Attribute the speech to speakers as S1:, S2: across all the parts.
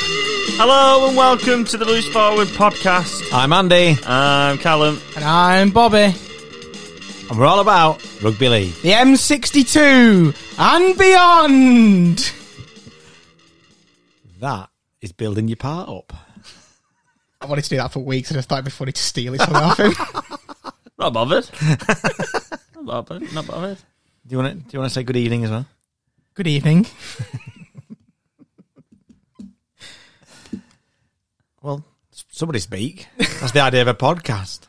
S1: Hello and welcome to the Loose Forward podcast.
S2: I'm Andy,
S1: I'm Callum.
S3: And I'm Bobby.
S2: and we're all about rugby league.
S3: The M62 and beyond.
S2: That is building your part up.
S3: I wanted to do that for weeks and I thought it'd be funny to steal it from off him.
S1: Not bothered. not bothered. Not bothered.
S2: Do you want to? Do you want to say good evening as well?
S3: Good evening.
S2: Well, s- somebody speak. That's the idea of a podcast.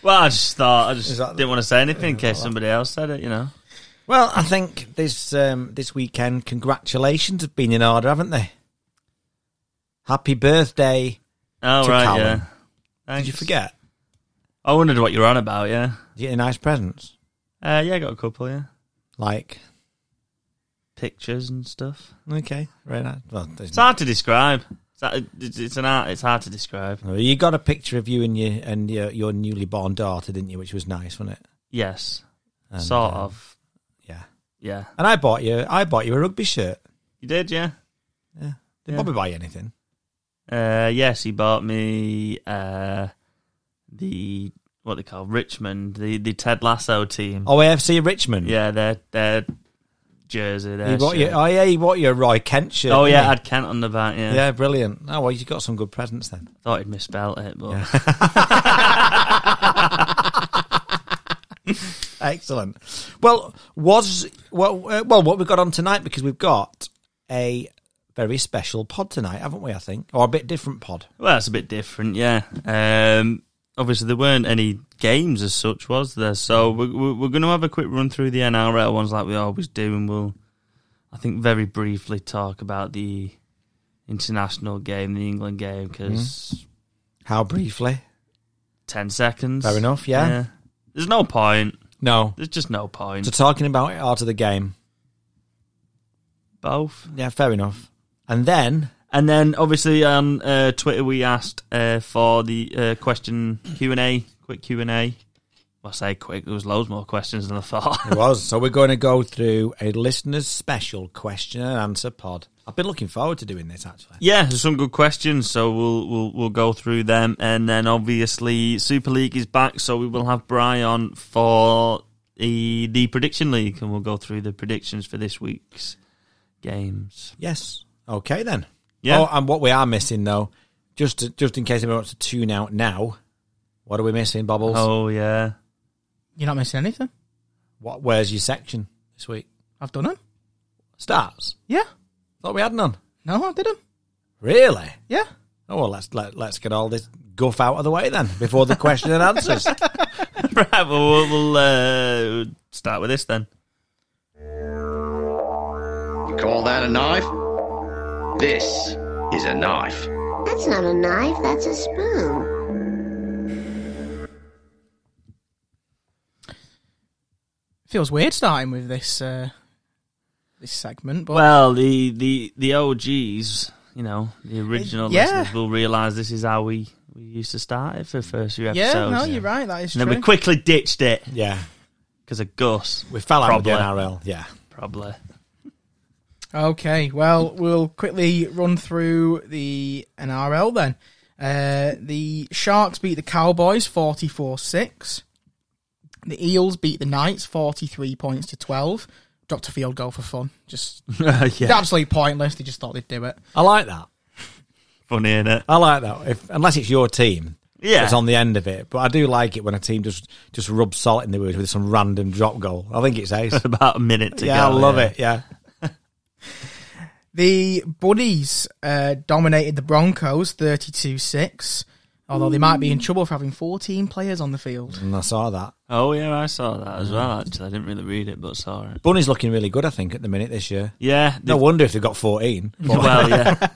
S1: Well, I just thought I just
S2: Is that-
S1: didn't want to say anything in case somebody else said it. You know.
S2: Well, I think this um, this weekend, congratulations have been in order, haven't they? Happy birthday!
S1: Oh
S2: To
S1: right,
S2: Callum.
S1: yeah.
S2: Did
S1: Thanks.
S2: you forget?
S1: I wondered what you were on about. Yeah.
S2: Did you get any nice presents
S1: Uh, yeah, I got a couple. Yeah.
S2: like
S1: Pictures and stuff.
S2: okay, very nice. Well, there's
S1: It's hard to describe. It's, hard- it's it's an art. It's hard to describe.
S2: no- you got a picture of you and your and your, your newly born daughter, didn't you? Which was nice, wasn't it?
S1: Yes,
S2: And,
S1: sort
S2: uh,
S1: of.
S2: yeah.
S1: Yeah,
S2: And I bought you, I bought you a rugby shirt.
S1: you did. Yeah.
S2: Did
S1: Yeah.
S2: Bobby buy you anything?
S1: Uh, yes, he bought me uh, the what they call Richmond, the the Ted Lasso team.
S2: Oh, AFC Richmond.
S1: Yeah, their their jersey. Their
S2: He bought you,
S1: shirt.
S2: oh yeah, he bought you a Roy Kent shirt.
S1: oh
S2: didn't
S1: yeah,
S2: he?
S1: I had Kent on the back. Yeah,
S2: yeah, brilliant. Oh well, you got some good presents then.
S1: thought he'd misspelled it, but
S2: Excellent. Well, was well, uh, well, what we've got on tonight because we've got a very special pod tonight, haven't we? I think, or a bit different pod.
S1: well, that's a bit different. Yeah. Um, obviously, there weren't any games as such, was there? So we're we're, we're going to have a quick run through the NRL ones like we always do, and we'll, I think, very briefly talk about the international game, the England game, because.
S2: Mm-hmm. How briefly?
S1: 10 seconds.
S2: Fair enough. Yeah.
S1: There's no point.
S2: No.
S1: There's just no point.
S2: So talking about it out of the game.
S1: Both.
S2: Yeah, fair enough. And then
S1: And then, obviously, on uh, Twitter, we asked uh, for the uh, question Q&A, quick Q&A. Well, I say quick, there was loads more questions than I thought.
S2: it was. So we're going to go through a listener's special question and answer pod. I've been looking forward to doing this actually.
S1: yeah, there's some good questions, so we'll, we'll we'll go through them. And then, obviously, Super League is back, so we will have Brian for the, the Prediction League, and we'll go through the predictions for this week's games.
S2: Yes. Okay then.
S1: Yeah.
S2: Oh, and what we are missing though, just to, just in case anyone wants to tune out now, what are we missing, Bubbles?
S1: oh yeah.
S3: You're not missing anything.
S2: What? Where's your section this week?
S3: I've done them.
S2: Starts.
S3: Yeah.
S2: Thought we had none.
S3: No, I did them.
S2: Really?
S3: Yeah.
S2: Oh well, let's let, let's get all this guff out of the way then before the question and answers.
S1: Right, well, we'll, we'll uh, start with this then.
S4: You call that a knife? This is a knife.
S5: That's not a knife, that's a spoon.
S3: Feels weird starting with this uh, this segment, but
S1: Well, the, the, the OGs, you know, the original
S3: Yeah.
S1: listeners will realise this is how we, we used to start it for the first few
S3: yeah,
S1: episodes.
S3: no, you're right. That is
S1: And then
S3: true.
S1: we quickly ditched it
S2: yeah,
S1: because of Gus,
S2: we fell out with the
S1: Probably.
S2: NRL. Yeah.
S1: probably.
S3: Okay, well, we'll quickly run through the NRL then. Uh, the Sharks beat the Cowboys 44 6. The Eels beat the Knights 43 points to 12. Dropped a field goal for fun. Just
S1: yeah.
S3: absolutely pointless. They just thought they'd do it.
S2: I like that.
S1: Funny, is it?
S2: I like that. If unless it's your team.
S1: Yeah.
S2: That's on the end of it, but I do like it when a team just just rubs salt in the wound with some random drop goal. I think it's ace.
S1: About a minute to go.
S2: yeah, I love it. Yeah,
S3: The Buddies uh, dominated the Broncos 32 6. Although they might be in trouble for having 14 players on the field.
S2: and I saw that.
S1: Oh, yeah, I saw that as well, actually. I didn't really read it, but saw it.
S2: Bunny's looking really good, I think, at the minute this year.
S1: Yeah.
S2: No
S1: the-
S2: wonder if they've got 14.
S1: well, yeah.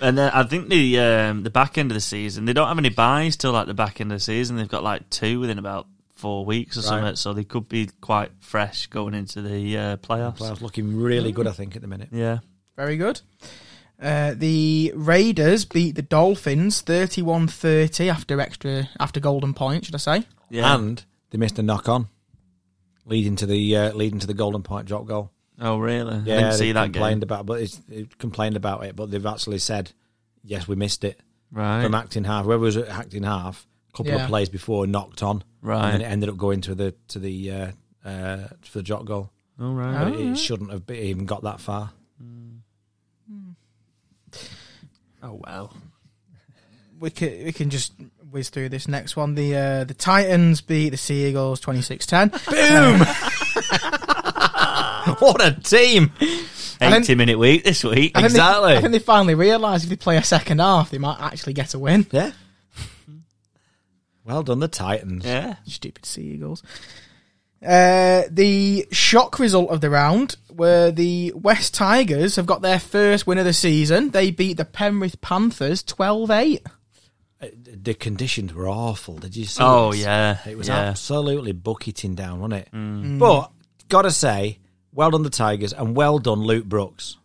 S1: And then I think the um, the back end of the season, they don't have any buys till like the back end of the season. They've got like two within about four weeks or something, so they could be quite fresh going into the uh, playoffs.
S2: Players looking really good, I think, at the minute.
S1: Yeah,
S3: Very good. Uh, the Raiders beat the Dolphins 31-30 after extra after golden point, should I say?
S1: yeah.
S2: And they missed a knock on, leading to the uh, leading to the golden point drop goal.
S1: oh, really? I
S2: Yeah,
S1: didn't
S2: they
S1: see that
S2: complained
S1: game.
S2: about, but it's, they complained about it. But they've actually said yes, we missed it from
S1: Right.
S2: acting half. Whoever was at acting half, a couple
S3: Yeah.
S2: of plays before, knocked on, and then
S1: Right.
S2: it ended up going to the to the uh, uh, for the jot goal.
S1: All right.
S2: But it- it
S3: Alright.
S2: shouldn't have be- even got that far.
S1: Oh well.
S3: we can we can just whiz through this next one. The uh, the Titans beat the Seagulls twenty six ten. Boom!
S2: what a team!
S3: then-
S1: Eighty-minute week this week.
S3: I think they-
S2: Exactly.
S3: I think they finally realised if they play a second half, they might actually get a win.
S2: Yeah. Well done, the Titans.
S1: Yeah.
S3: Stupid Seagulls. Uh, the shock result of the round were the West Tigers have got their first win of the season. They beat the Penrith Panthers 12 8.
S2: Uh, The conditions were awful. Did you see?
S1: Oh
S2: this?
S1: yeah.
S2: It was
S1: yeah. Mm.
S2: absolutely bucketing down, wasn't it? But gotta say, well done the Tigers and well done Luke Brooks.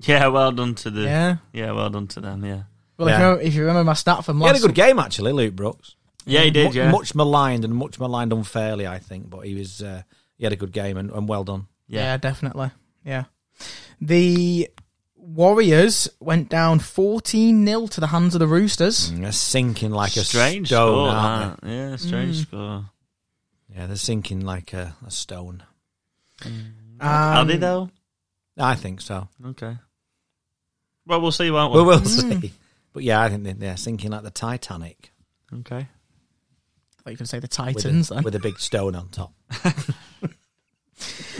S1: Yeah. Well done to the. Yeah.
S3: Yeah.
S1: Well done to them. Yeah.
S3: Well, if,
S2: Yeah.
S3: you remember, if you remember my stat from
S2: He had
S3: last
S2: a good game actually, Luke Brooks.
S1: Yeah, he did.
S2: Mu-
S1: Yeah.
S2: Much maligned and much maligned unfairly, I think. But he was uh, he had a good game and, and well done.
S3: Yeah.
S1: yeah.
S3: definitely. Yeah. The Warriors went down 14 0 to the hands of the Roosters.
S2: Mm, They're sinking like a
S1: strange
S2: stone.
S1: score.
S2: aren't Mm.
S1: that. Yeah. Strange score.
S2: they? Yeah, they're sinking like a, a stone.
S1: Are they
S3: Um,
S1: though?
S2: I think so.
S1: Okay. Well, we'll see, won't we?
S2: Well, we'll
S3: Hmm.
S2: see. But yeah, I think they're, they're sinking like the Titanic
S1: Okay.
S3: I thought you could say the
S2: with
S3: Titans
S2: a,
S3: eh? then.
S2: with a big stone on top.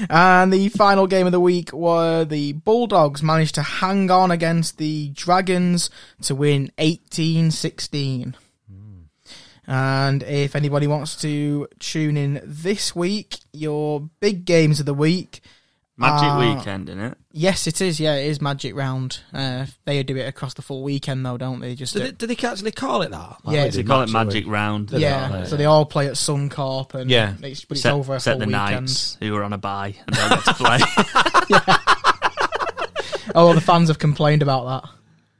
S3: And the final game of the week were the Bulldogs managed to hang on against the Dragons to win 18 16.
S2: Mm.
S3: And if anybody wants to tune in this week, your big games of the week.
S1: Magic
S3: Ah.
S1: weekend, innit?
S3: Yes, it is. Yeah, it is Magic Round. Uh, they do it across the full weekend, though, don't they? Just
S2: Do
S3: at-
S2: they, do they actually call it that?
S3: Yeah,
S2: we
S3: it's
S1: They
S2: do
S1: call it
S2: match, don't we?
S1: Magic Round.
S3: yeah,
S2: Yeah.
S3: so they all play at Suncorp, and
S2: Yeah.
S3: it's, but it's
S1: Except-
S3: over a
S1: except the
S3: full weekend.
S1: Knights, who were on a bye and don't get to play.
S3: Oh, well, the fans have complained about that,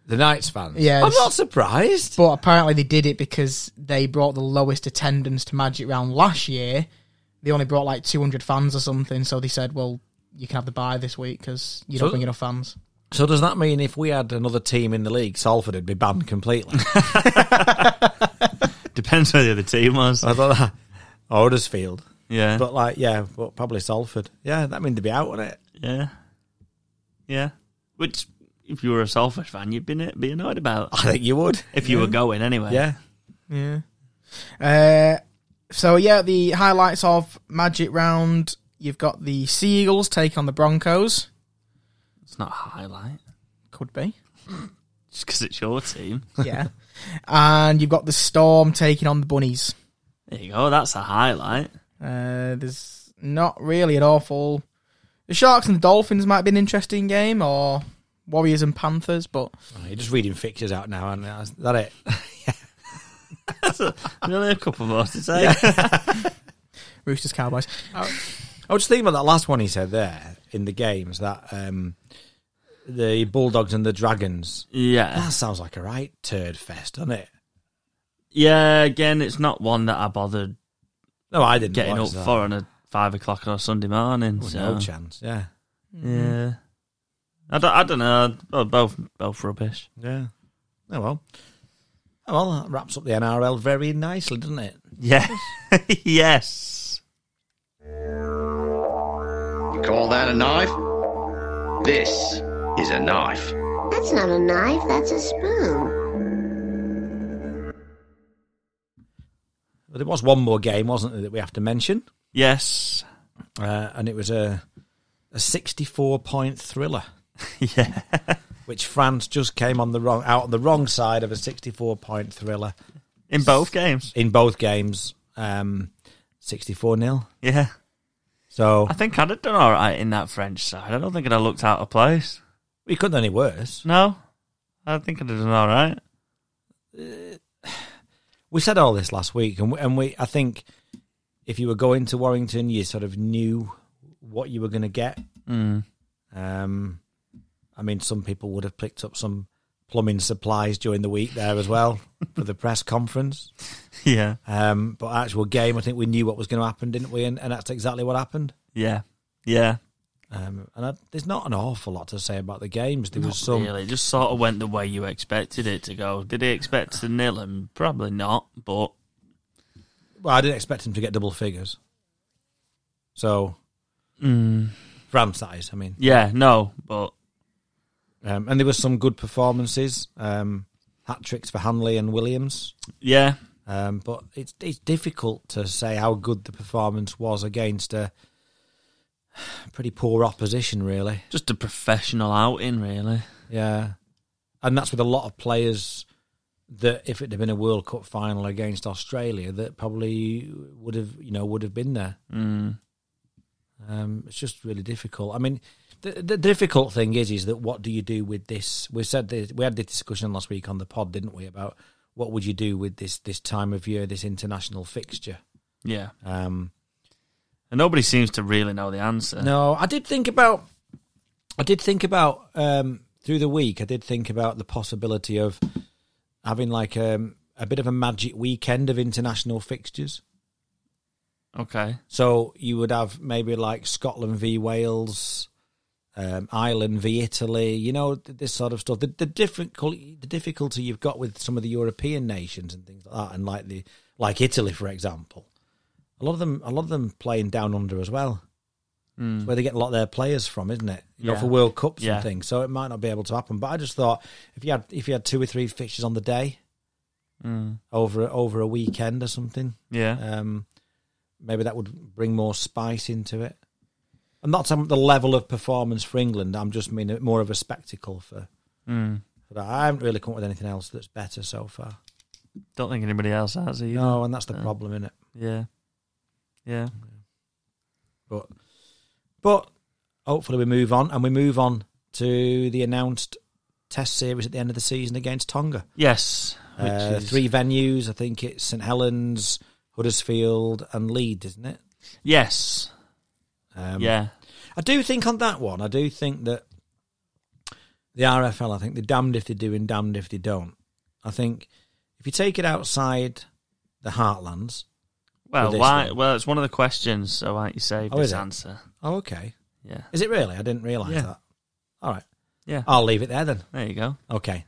S2: The Knights fans.
S3: Yeah,
S2: I'm
S3: it's-
S2: not surprised.
S3: but apparently they did it because they brought the lowest attendance to Magic Round last year. They only brought like 200 fans or something, so they said, "Well, you can have the bye this week because you don't
S2: So-
S3: bring enough fans."
S2: So does that mean if we had another team in the league, Salford would be banned completely?
S1: Depends where the other team was.
S2: I thought that. Huddersfield.
S1: Yeah.
S2: But like, yeah, but probably Salford. Yeah, that means they'd be out on it.
S1: yeah. Yeah. Which, if you were a Salford fan, you'd be, be annoyed about.
S2: I think you would.
S1: If you were going anyway.
S2: Yeah.
S3: Yeah. Uh, so yeah, the highlights of Magic Round. You've got the Sea Eagles take on the Broncos.
S1: It's not a highlight.
S3: Could be.
S1: Just because it's your team.
S3: yeah. And you've got the storm taking on the bunnies.
S1: There you go. That's a highlight.
S3: Uh, there's not really an awful. The sharks and the dolphins might be an interesting game, or warriors and panthers. But
S2: Oh, You're just reading fixtures out now, and is that it?
S1: There's only a couple more to say.
S3: roosters, cowboys.
S2: I was thinking about that last one he said there in the games that um, the Bulldogs and the Dragons.
S1: Yeah.
S2: That sounds like a right turd fest, doesn't it?
S1: Yeah, again, it's not one that I bothered
S2: No, I didn't.
S1: getting up
S2: watch that.
S1: for on a five o'clock on a Sunday morning.
S2: Oh,
S1: so.
S2: No chance. Yeah.
S1: Yeah. I don't, I don't know. Oh, Both, both rubbish.
S2: Yeah. Oh well. Oh well, that wraps up the NRL very nicely, doesn't it?
S1: Yeah. yes.
S4: You call that a knife? This is a knife.
S5: That's not a knife, that's a spoon.
S2: But there was one more game, wasn't there, that we have to mention,
S1: Yes.
S2: uh, and it was a a sixty-four point thriller,
S1: Yeah.
S2: which France just came on the wrong out on the wrong side of a sixty-four point thriller
S1: In both games.
S2: in both games, um, sixty-four 0
S1: Yeah.
S2: So
S1: I think I'd have done all right in that French side. I don't think I'd have looked out of place.
S2: we couldn't any worse.
S1: No. I think I'd have done all right.
S2: We said all this last week, and we, and we I think if you were going to Warrington, you sort of knew what you were going to get.
S1: Mm.
S2: Um, I mean, some people would have picked up some plumbing supplies during the week there as well for the press conference.
S1: Yeah.
S2: Um, but actual game, I think we knew what was going to happen, didn't we? And, and that's exactly what happened.
S1: Yeah. Yeah.
S2: Um, and I, there's not an awful lot to say about the games. There
S1: Not
S2: was some.
S1: really. It just sort of went the way you expected it to go. Did he expect to nil him? Probably not, but
S2: Well, I didn't expect him to get double figures. So, France, that is. I mean,
S1: yeah, no, but
S2: um, and there were some good performances, um, hat tricks for Hanley and Williams.
S1: yeah,
S2: Um, but it's it's difficult to say how good the performance was against a pretty poor opposition, really.
S1: just a professional outing, really.
S2: Yeah, and that's with a lot of players that if it had been a World Cup final against Australia, that probably would have you know would have been there.
S1: Mm.
S2: Um, it's just really difficult. I mean, the, the difficult thing is, is that what do you do with this? We said this, we had this discussion last week on the pod, didn't we? About what would you do with this this time of year, this international fixture?
S1: Yeah,
S2: Um,
S1: and nobody seems to really know the answer.
S2: no, I did think about, I did think about um, through the week. I did think about the possibility of having like um, a bit of a magic weekend of international fixtures.
S1: Okay,
S2: So you would have maybe like Scotland v Wales, um, Ireland v Italy. You know th- this sort of stuff. The, the difficulty, the difficulty you've got with some of the European nations and things like that, and like the like Italy, for example. A lot of them, a lot of them playing down under as well.
S1: Hmm.
S2: It's where they get a lot of their players from, isn't it? You know,
S1: Yeah.
S2: for World Cups
S1: Yeah.
S2: and things. So it might not be able to happen. But I just thought if you had if you had two or three fixtures on the day over over a weekend or something,
S1: Hmm. yeah,
S2: um, maybe that would bring more spice into it. I'm not talking about the level of performance for England. I'm just mean it more of a spectacle for,
S1: Mm.
S2: for that. I haven't really come up with anything else that's better so far.
S1: don't think anybody else has either.
S2: No, and that's the
S1: Yeah.
S2: problem, isn't it?
S1: Yeah, yeah,
S2: But but hopefully we move on and we move on to the announced test series at the end of the season against Tonga.
S1: yes. Which
S2: Uh,
S1: is
S2: Three venues. I think it's St Helens, Huddersfield, and Leeds, isn't it?
S1: Yes,
S2: Um,
S1: yeah,
S2: I do think on that one, I do think that the RFL, I think they're damned if they do and damned if they don't. I think if you take it outside the heartlands,
S1: Well,
S2: this
S1: why?
S2: then?
S1: Well, it's one of the questions, so why don't you save
S2: Oh, is
S1: this
S2: it?
S1: answer?
S2: oh, okay.
S1: Yeah,
S2: Is it really? I didn't realise
S1: Yeah.
S2: that. All right.
S1: yeah.
S2: I'll leave it there then.
S1: There you go.
S2: Okay.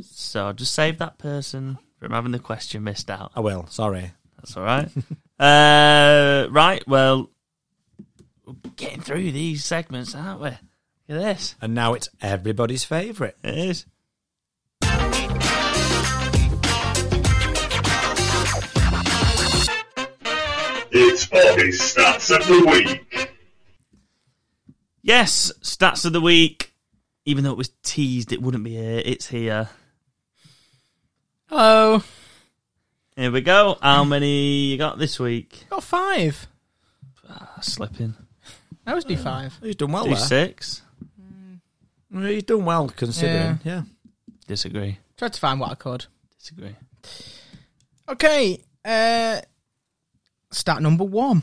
S1: So just save that person from having the question missed out.
S2: I will. Sorry.
S1: That's all right. uh, right. Well, we're getting through these segments, aren't we? Look at this.
S2: And now it's everybody's favourite.
S1: It is.
S6: It's Bobby's Stats of the Week.
S1: Yes, stats of the week. Even though it was teased, it wouldn't be here. It's here.
S3: Hello.
S1: Here we go. How many you got this week?
S3: Got five.
S1: Ah, slipping.
S3: That was D5.
S2: He's done well
S1: Do
S2: there.
S1: six.
S2: He's done well considering. Yeah.
S1: Disagree.
S3: Tried to find what I could.
S1: Disagree.
S3: Okay. Uh, stat number one.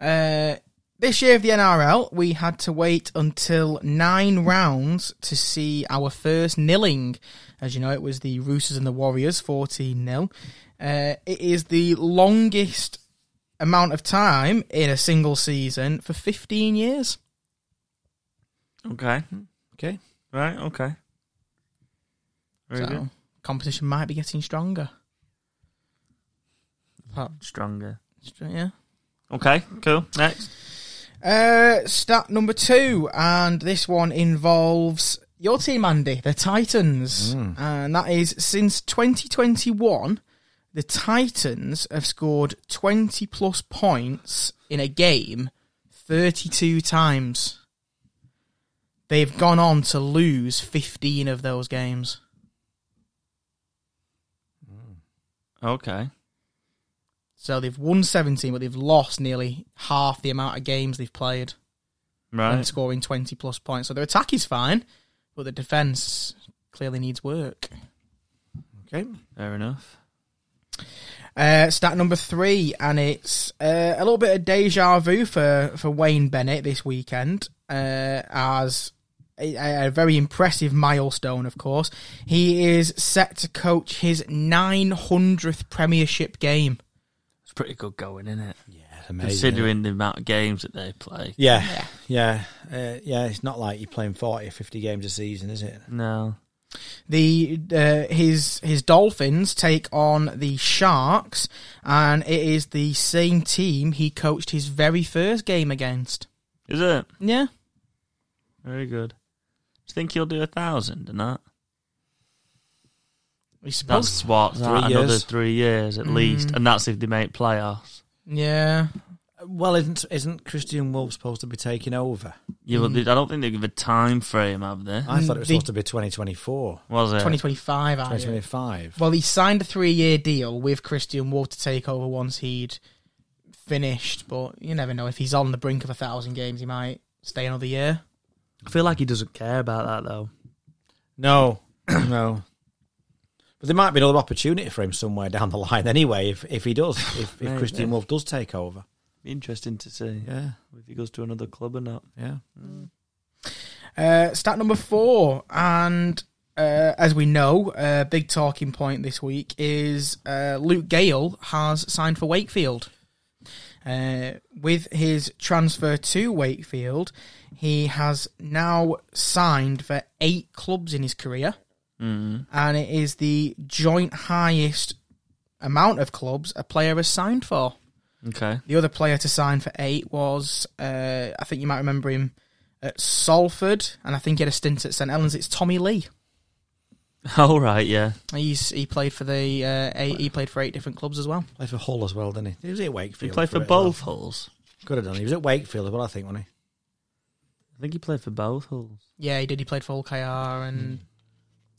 S3: Uh, this year of the NRL, we had to wait until nine rounds to see our first nilling. As you know, it was the Roosters and the Warriors, 14 nil. Uh, it is the longest amount of time in a single season for 15 years.
S1: Okay.
S2: Okay.
S1: Right. Okay. Very
S3: So,
S1: good.
S3: competition might be getting stronger. Apart-
S1: Stronger.
S3: Yeah.
S1: Okay. Cool. Next.
S3: Uh, stat number two, and this one involves your team, Andy, the Titans, and that is since 2021, the Titans have scored 20 plus points in a game 32 times. They've gone on to lose 15 of those games.
S1: Okay.
S3: So they've won 17, but they've lost nearly half the amount of games they've played. and
S1: Right.
S3: scoring 20 plus points. So their attack is fine, but the defence clearly needs work.
S2: Okay.
S1: Fair enough.
S3: Uh, stat number three, and it's uh, a little bit of deja vu for, for Wayne Bennett this weekend, uh, as a, a very impressive milestone, of course. He is set to coach his 900th Premiership game.
S1: It's pretty good going, isn't it?
S2: Yeah, it's amazing.
S1: Considering the amount of games that they play.
S2: Yeah, yeah, uh, yeah. It's not like you're playing 40 or 50 games a season, is it?
S1: No.
S3: the uh, his his Dolphins take on the Sharks, and it is the same team he coached his very first game against.
S1: Is it?
S3: Yeah,
S1: Very good. Do you think he'll do a thousand and that?
S3: we suppose.
S1: That's what,
S2: Three
S1: that, another
S2: years.
S1: three years Mm. at least. And that's if they make playoffs.
S3: yeah,
S2: Well, isn't isn't Christian Wolf supposed to be taking over?
S1: Yeah, but they- I don't think they give a time frame, have they?
S2: I thought it was
S3: The-
S2: supposed to Mm, be Ah, 2024,
S1: Was it?
S3: twenty twenty five.
S2: 2025.
S3: Well, he signed a three year deal with Christian Wolf to take over once he'd finished, but you never know. If he's on the brink of a thousand games, he might stay another year.
S1: I feel like he doesn't care about that though.
S2: No, no. But there might be another opportunity for him somewhere down the line anyway, if, if he does, if, if
S1: Maybe.
S2: Christian Wolf does take over.
S1: Interesting to see
S2: Yeah,
S1: if he goes to another club or not.
S2: yeah.
S3: Uh, stat number four, and uh, as we know, uh, big talking point this week is uh, Luke Gale has signed for Wakefield. Uh, with his transfer to Wakefield, he has now signed for eight clubs in his career, and it is the joint highest amount of clubs a player has signed for.
S1: Okay.
S3: The other player to sign for eight was, uh, I think you might remember him at Salford, and I think he had a stint at St Helens. It's Tommy Lee.
S1: All right. Yeah.
S3: He's he played for the uh, eight, he played for eight different clubs as well.
S2: Played for Hull as well, didn't he? He was at
S1: He
S2: Wakefield.
S1: played for
S2: a bit as well.
S1: both Hulls.
S2: Could have done. He was at Wakefield as well, I think, wasn't he?
S1: I think he played for both Hulls.
S3: Yeah, he did. He played for OKR
S1: Hmm.
S3: and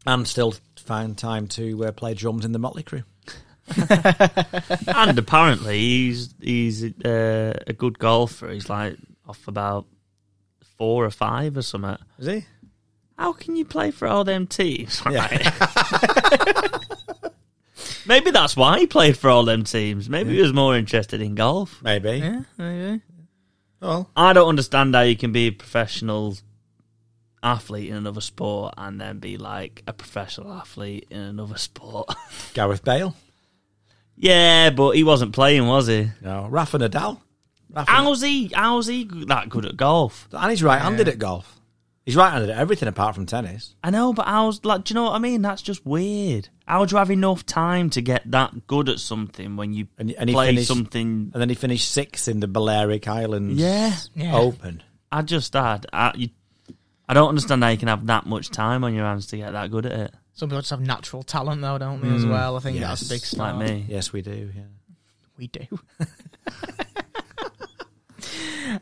S2: And still found time to uh, play drums in the Motley Crew.
S1: and apparently he's he's uh, a good golfer. He's like off about four or five or something.
S2: Is he?
S1: How can you play for all them teams?
S2: Yeah.
S1: Right. Maybe that's why he played for all them teams. Maybe he was more interested in golf.
S2: Maybe.
S3: yeah, maybe.
S2: Well,
S1: I don't understand how you can be a professional athlete in another sport and then be like a professional athlete in another sport.
S2: Gareth Bale.
S1: yeah, but he wasn't playing, was he?
S2: No, Rafa Nadal. Rafa
S1: How's he? How's he that good at golf?
S2: And he's right-handed at golf. He's right-handed at everything apart from tennis.
S1: I know, but how's like? Do you know what I mean? That's just weird. How do you have enough time to get that good at something when you
S2: And- and he
S1: play
S2: finished-
S1: something?
S2: And then he finished sixth in the Balearic Islands
S1: Yeah.
S3: Yeah.
S2: Open.
S1: I just had. I, you, I don't understand how you can have that much time on your hands to get that good at it.
S3: Some people just have natural talent though, don't they? As well, I think
S2: yes.
S3: that's a big
S1: Hmm. Like
S3: start.
S1: me.
S2: Yes, we do. Yeah.
S3: We do.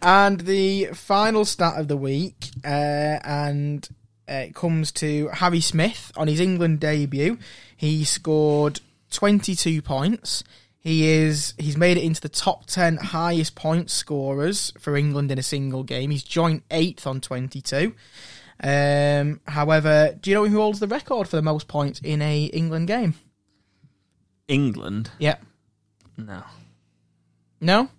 S3: and the final stat of the week, uh, and uh, it comes to Harry Smith on his England debut. He scored 22 points. He is he's made it into the top 10 highest point scorers for England in a single game. He's joint eighth on 22. Um, however, do you know who holds the record for the most points in a England game?
S1: England.
S3: Yeah.
S1: No.
S3: No.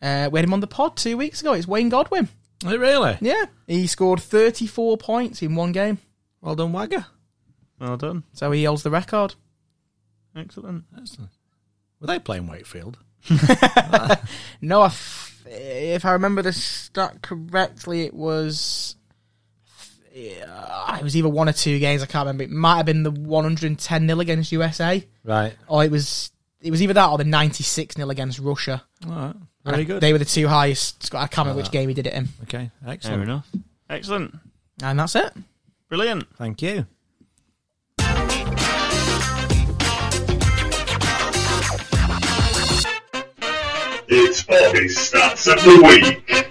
S3: Uh, we had him on the pod two weeks ago. It's Wayne Godwin.
S2: Really?
S3: Yeah. He scored 34 points in one game.
S2: Well done, Wagger.
S1: Well done.
S3: So he holds the record.
S1: Excellent.
S2: Excellent. Were they playing Wakefield?
S3: No, I f- if I remember the stat correctly, it was. Yeah, it was either one or two games. I can't remember. It might have been the 110 0 against USA,
S2: Right.
S3: or it was it was either that or the 96 0 against Russia.
S2: All right. Very good.
S3: They were the two highest. sco- I can't remember which
S2: that.
S3: game he did it in.
S2: okay.
S1: Fair
S2: Excellent.
S1: enough. Excellent.
S3: And that's it.
S1: Brilliant.
S2: Thank you.
S6: It's Bobby's Stats of the Week.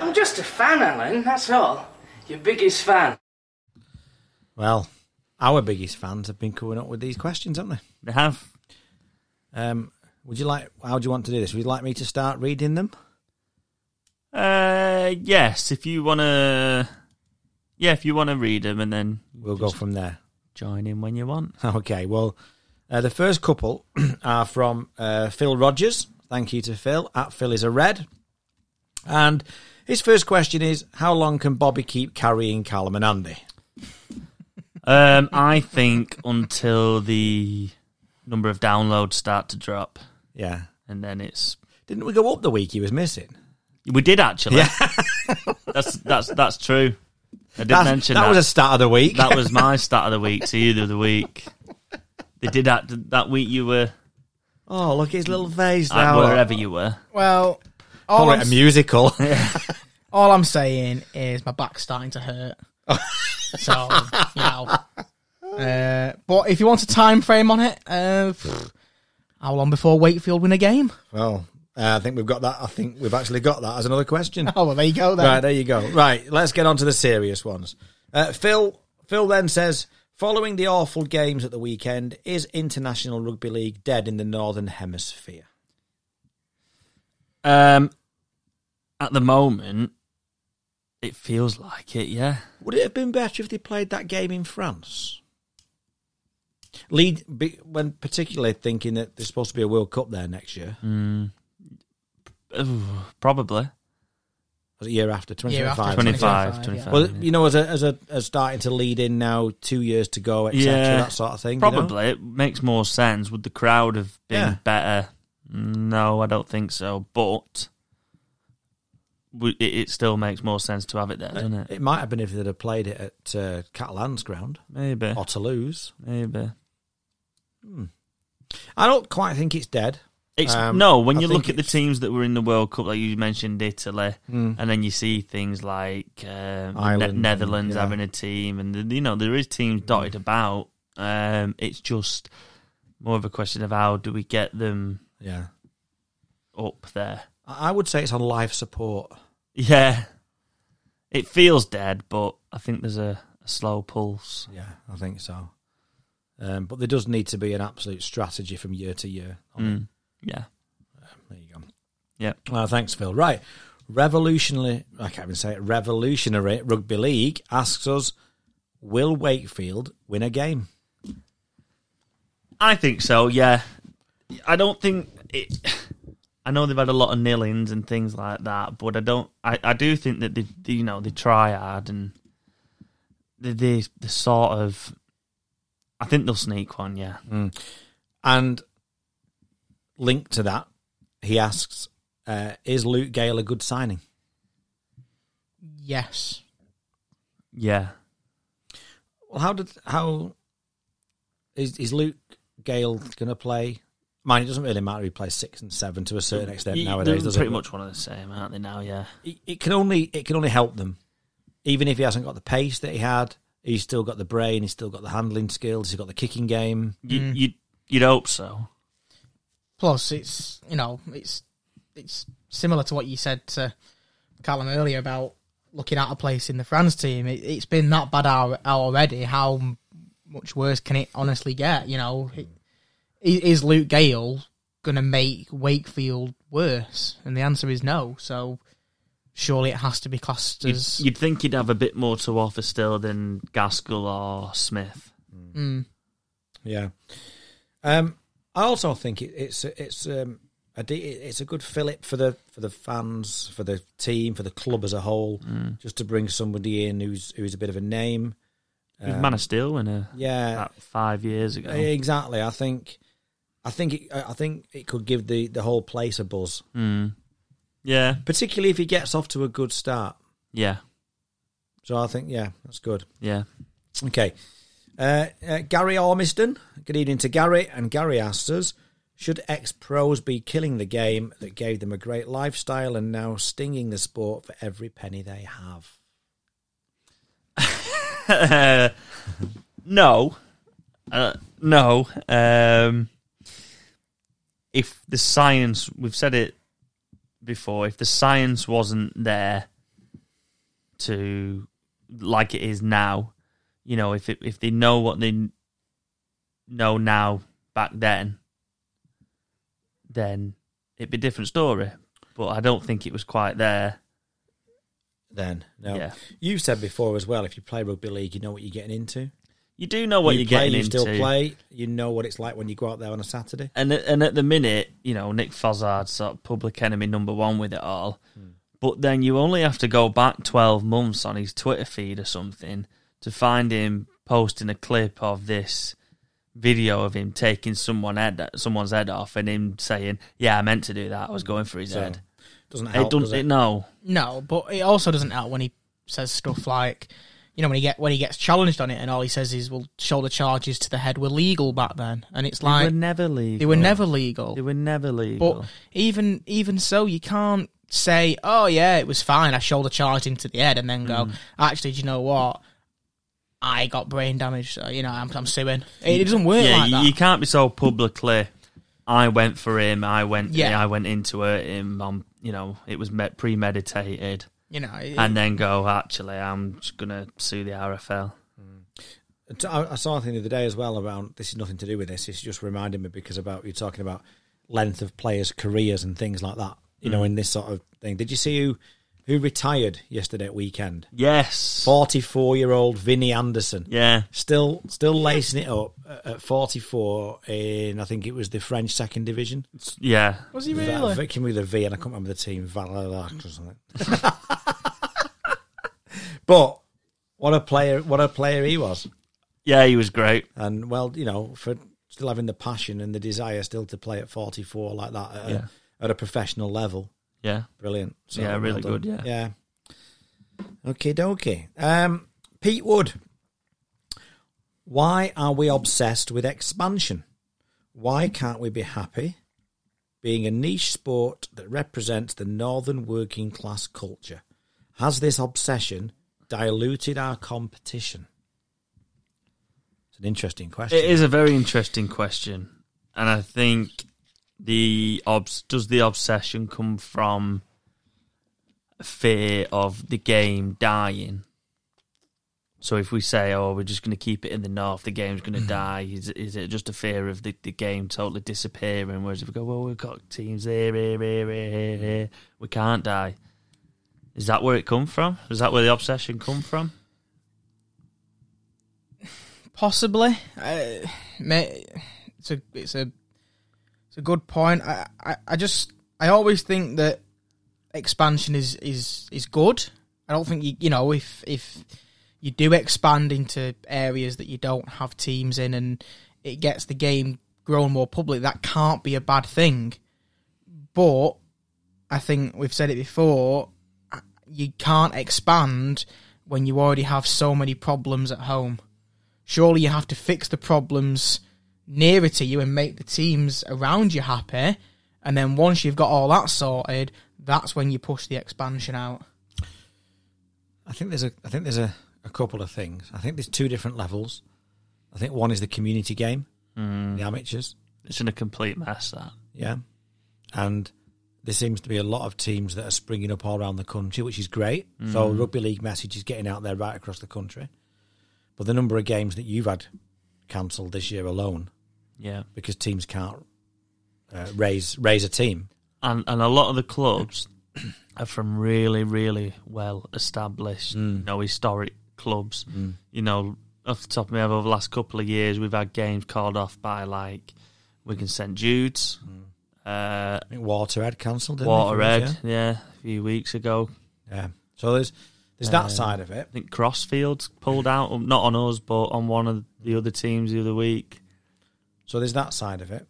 S7: I'm just a fan, Alan, that's all. Your biggest fan.
S2: Well, our biggest fans have been coming up with these questions, haven't
S1: They have.
S2: they? Um, would you like? How do you want to do this? Would you like me to start reading them?
S1: Uh, yes. If you wanna, yeah, if you wanna read them and then
S2: We'll go from there.
S1: join in when you want.
S2: Okay, well, uh, the first couple are from uh, Phil Rogers. Thank you to Phil. At Phil is a red. And his first question is How long can Bobby keep carrying Callum and Andy?
S1: Um, I think until the number of downloads start to drop,
S2: Yeah.
S1: and then it's
S2: Didn't we go up the week he was missing?
S1: we did actually. that's that's that's true. I did
S2: That's-
S1: mention
S2: that,
S1: that.
S2: was a start of the week.
S1: that was my start of the week. See you the other week. They did that that week. You were
S2: oh, look his little face
S1: at
S2: now.
S1: wherever you were.
S3: Well, all
S2: Call
S3: I'm,
S2: it a musical.
S3: all I'm saying is my back's starting to hurt. so, you know. Uh, but if you want a time frame on it, uh, pff, how long before Wakefield win a game?
S2: well, uh, I think we've got that. I think we've actually got that as another question.
S3: Oh, well, there you go then.
S2: Right, there you go. Right, let's get on to the serious ones. Uh, Phil Phil then says, following the awful games at the weekend, is international rugby league dead in the northern hemisphere?
S1: Um, at the moment, it feels like it. Yeah,
S2: Would it have been better if they played that game in France? Lead be- when particularly thinking that there's supposed to be a World Cup there next year,
S1: Mm. Ooh, probably.
S2: was it year after twenty
S3: Year
S2: five?
S3: after
S1: 25,
S3: 25,
S1: 25.
S2: Well, you know, as a, as a as starting to lead in now, two years to go, etc.
S1: Yeah.
S2: that sort of thing. you know?
S1: Probably it makes more sense. Would the crowd have been
S2: Yeah.
S1: better? No, I don't think so. But w- it, it still makes more sense to have it there, doesn't it?
S2: Uh, It might have been if they'd have played it at uh, Catalan's ground
S1: Maybe,
S2: or Toulouse.
S1: maybe.
S2: I don't quite think it's dead.
S1: It's
S2: Um,
S1: no. When
S2: I
S1: you
S2: think
S1: look at the
S2: it's- Mm-hmm.
S1: teams that were in the World Cup, like you mentioned, Italy, and then you see things like um, the
S2: Ireland
S1: ne-
S2: and-
S1: Netherlands
S2: yeah. Mm-hmm.
S1: having a team, and the, you know there is teams dotted about. Um, it's just more of a question of how do we get them
S2: Yeah,
S1: up there?
S2: I I would say it's on life support.
S1: Yeah, it feels dead, but I think there's a, a slow pulse.
S2: Yeah, I think so. Um, but there does need to be an absolute strategy from year to year.
S1: Mm. Yeah,
S2: There you go.
S1: yeah.
S2: Well, thanks, Phil. Right. Revolutionary, I can't even say it, Revolutionary Rugby League asks us, will Wakefield win a game?
S1: I think so. Yeah, I don't think it. I know they've had a lot of nil-ins and things like that, but I don't. I, I do think that they, they, you know, they try hard and they, they, they sort of. I think they'll sneak one. Yeah,
S2: And linked to that, he asks, uh, is Luke Gale a good signing?
S3: Yes.
S1: yeah.
S2: Well, how did, how, is, is Luke Gale going to play? Mine, it doesn't really matter. He plays six and seven to a certain extent
S1: You-
S2: nowadays,
S1: they're
S2: does it?
S1: pretty much one of the same, aren't they? Now, yeah.
S2: it it can only it can only help them. Even if he hasn't got the pace that he had, he's still got the brain, he's still got the handling skills, he's got the kicking game.
S1: You, you you'd hope so.
S3: Plus, it's you know, it's it's similar to what you said to Callum earlier about looking out of place in the France team. It, it's been that bad al- already. How m- much worse can it honestly get? You know, It- i- is Luke Gale going to make Wakefield worse? And the answer is no. So surely it has to be classed
S1: You'd,
S3: as
S1: you'd think he'd have a bit more to offer still than Gaskell or Smith.
S3: Mm.
S2: Yeah. Um, I also think it, it's it's um, a de- it's a good fillip for the for the fans, for the team, for the club as a whole,
S1: Mm.
S2: just to bring somebody in who's who's a bit of a name.
S1: He was Man of Steel winner
S2: Yeah,
S1: about five years ago.
S2: Exactly. I think, I think, it, I think it could give the the whole place a buzz,
S1: Yeah,
S2: particularly if he gets off to a good start.
S1: yeah,
S2: So I think, yeah, that's good.
S1: yeah.
S2: Okay. Uh, uh, Gary Ormiston. Good evening to Gary. And Gary asks us, should ex-pros be killing the game that gave them a great lifestyle and now stinging the sport for every penny they have?
S1: Uh, no, uh, no. Um, if the science, we've said it before, if the science wasn't there to like it is now, you know, if it, if they know what they know now back then, then it'd be a different story. But I don't think it was quite there.
S2: Then, no.
S1: Yeah.
S2: You've said before as well, if you play rugby league, you know what you're getting into.
S1: You do know what
S2: you
S1: are
S2: play,
S1: getting
S2: you
S1: into.
S2: still play. You know what it's like when you go out there on a Saturday.
S1: and and at the minute, you know, Nick Fozard's sort of public enemy number one with it all.
S2: Hmm.
S1: But then you only have to go back twelve months on his Twitter feed or something to find him posting a clip of this video of him taking someone head, someone's head off and him saying, "Yeah, I meant to do that. I was going for his
S2: So,
S1: head."
S2: Doesn't help.
S1: It doesn't.
S2: does it?
S1: it? No.
S3: No, but it also doesn't help when he says stuff like, you know, when he get when he gets challenged on it, and all he says is, "Well, shoulder charges to the head were legal back then," and it's
S1: They
S3: like
S1: were never legal.
S3: they were never legal.
S1: They were never legal.
S3: But even even so, you can't say, "Oh yeah, it was fine. I shoulder charged him to the head," and then go,
S1: Mm.
S3: "Actually, do you know what? I got brain damage. So, you know, I'm, I'm suing." It, it doesn't work
S1: yeah,
S3: like
S1: you,
S3: that.
S1: you can't be so publicly. I went for him. I went.
S3: Yeah.
S1: Yeah. I went into it. Him. Um, you know, it was me- premeditated.
S3: you know, it-
S1: And then go. Actually, I'm just gonna sue the RFL.
S2: I I saw a thing the other day as well about this is nothing to do with this. It's just reminding me because about you're talking about length of players' careers and things like that. You know, in this sort of thing. Did you see who who retired yesterday at weekend?
S1: Yes.
S2: Forty four year old Vinny Anderson.
S1: Yeah.
S2: Still, still lacing it up at- at 44 in, I think it was the French second division.
S1: Yeah.
S3: was he
S2: That
S3: really?
S2: Vic came with a V, and I can't remember the team, Valerac or something. but what a player! What a player he was,
S1: Yeah. He was great.
S2: and well, you know, for still having the passion and the desire still to play at forty four like that at,
S1: Yeah.
S2: a, at a professional level,
S1: Yeah.
S2: brilliant. So,
S1: Yeah, really
S2: done.
S1: good, yeah.
S2: yeah. Okay, dokie. Um, Pete Wood. Why are we obsessed with expansion? Why can't we be happy being a niche sport that represents the northern working class culture? Has this obsession diluted our competition? It's an interesting question.
S1: It is a very interesting question, and I think the obs does the obsession come from fear of the game dying. So if we say, "Oh, we're just going to keep it in the north, the game's going to die," is is it just a fear of the, the game totally disappearing? Whereas if we go, "Well, we've got teams here, here, here, here, here, here, we can't die," is that where it come from? Is that where the obsession come from?
S3: Possibly. Uh, may, it's a it's a it's a good point. I, I, I just I always think that expansion is is is good. I don't think you you know if if you do expand into areas that you don't have teams in and it gets the game grown more public, that can't be a bad thing. But I think we've said it before. You can't expand when you already have so many problems at home surely you have to fix the problems nearer to you and make the teams around you happy. And then once you've got all that sorted, that's when you push the expansion out.
S2: I think there's a I think there's a, a couple of things. I think there's two different levels. I think one is the community game, the amateurs.
S1: It's in a complete mess. That
S2: Yeah. And there seems to be a lot of teams that are springing up all around the country, which is great. So rugby league message is getting out there right across the country. But the number of games that you've had cancelled this year alone
S1: yeah.
S2: because teams can't uh, raise raise a team.
S1: and and a lot of the clubs are from really really well established you know historic clubs you know off the top of my head over the last couple of years we've had games called off by like Wigan St Jude's uh
S2: I think Waterhead cancelled. didn't they, for us,
S1: Waterhead yeah. a few weeks ago
S2: Yeah. yeah. So there's there's that side of it.
S1: I think Crossfields pulled out um, not on us but on one of the other teams the other week
S2: So there's that side of it.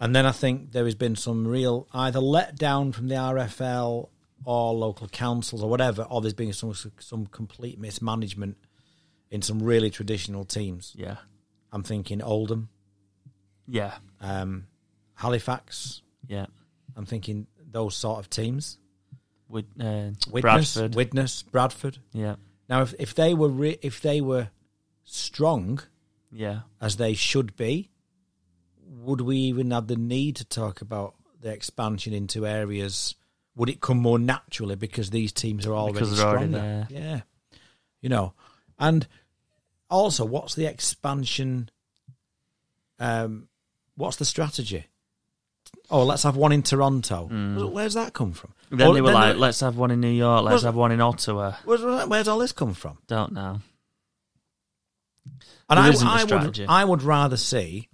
S2: And then I think there has been some real either let down from the RFL or local councils or whatever, or there's been some some complete mismanagement in some really traditional teams.
S1: yeah
S2: I'm thinking Oldham,
S1: yeah
S2: um, Halifax.
S1: yeah
S2: I'm thinking those sort of teams.
S1: with uh,
S2: Witness,
S1: Bradford
S2: Witness, Bradford.
S1: yeah
S2: Now, if if they were re- if they were strong
S1: yeah
S2: as they should be, would we even have the need to talk about the expansion into areas? Would it come more naturally because these teams are already
S1: Because they're already
S2: stronger?
S1: there.
S2: Yeah, you know, and also, what's the expansion? Um, what's the strategy? Oh, let's have one in Toronto. Where's that come from?
S1: Mm. then
S2: Or-
S1: they were like
S2: they-
S1: let's have one in New York let's
S2: Well-
S1: have one in Ottawa
S2: where's, where's all this come from?
S1: Don't know.
S2: And
S1: There
S2: I,
S1: isn't a
S2: I would,
S1: strategy.
S2: I would rather see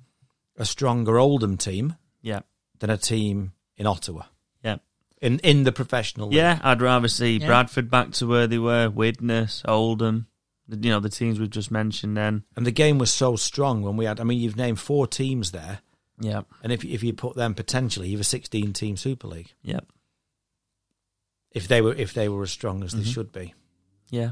S2: a stronger Oldham team
S1: Yeah,
S2: than a team in Ottawa
S1: yeah,
S2: in in the professional. league.
S1: yeah. I'd rather see
S3: Yeah.
S1: Bradford back to where they were, Widnes, Oldham. The- You know, the teams we've just mentioned then.
S2: And the game was so strong when we had. I mean, you've named four teams there,
S1: Yep.
S2: and if if you put them potentially, you've a sixteen-team Super League
S1: Yep.
S2: if they were if they were as strong as they should be.
S1: Yeah.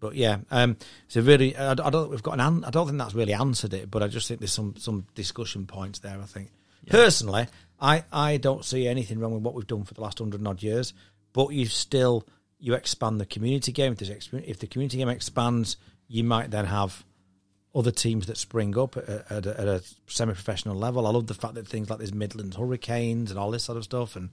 S2: But yeah, um, so really, I, I don't think we've got an. An, I don't think that's really answered it, but I just think there's some some discussion points there. I think personally, I I don't see anything wrong with what we've done for the last hundred and odd years. But you still you expand the community game. If, there's exp- if the community game expands, you might then have other teams that spring up at, a- at, a, at a semi-professional level. I love the fact that things like this Midlands Hurricanes and all this sort of stuff, and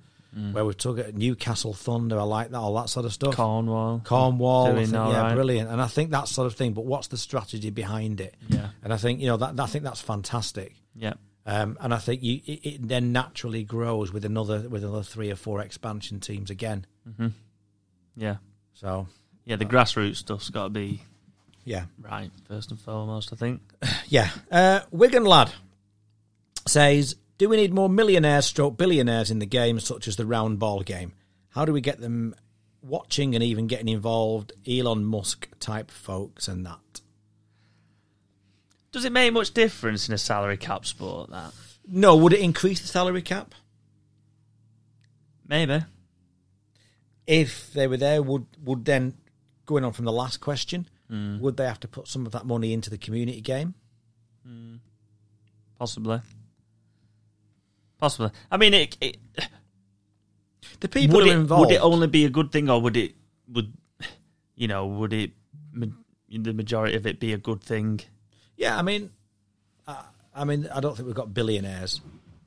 S2: where we've took it Newcastle Thunder. I like that, all that sort of stuff.
S1: Cornwall.
S2: Cornwall, I
S1: Doing
S2: think,
S1: all
S2: yeah,
S1: right.
S2: brilliant. And I think that sort of thing. But what's the strategy behind it?
S1: Yeah.
S2: And I think you know that I think that's fantastic.
S1: Yep.
S2: Um, and I think you it, it then naturally grows with another with another three or four expansion teams again.
S1: Yeah.
S2: So
S1: Yeah. The grassroots stuff's got to be
S2: yeah,
S1: right first and foremost. I think.
S2: yeah. Uh, Wigan lad says, do we need more millionaires, stroke billionaires in the game, such as the round ball game? How do we get them watching and even getting involved? Elon Musk type folks and that.
S1: Does it make much difference in a salary cap sport? That
S2: No, would it increase the salary cap?
S1: maybe.
S2: if they were there, would would then going on from the last question,
S1: Mm.
S2: would they have to put some of that money into the community game?
S1: Possibly. Possibly. I mean, it. it
S2: The people
S1: would
S2: who
S1: it,
S2: are involved.
S1: Would it only be a good thing, or would it? Would you know? Would it? ma- The majority of it be a good thing.
S2: yeah, I mean, I, I mean, I don't think we've got billionaires,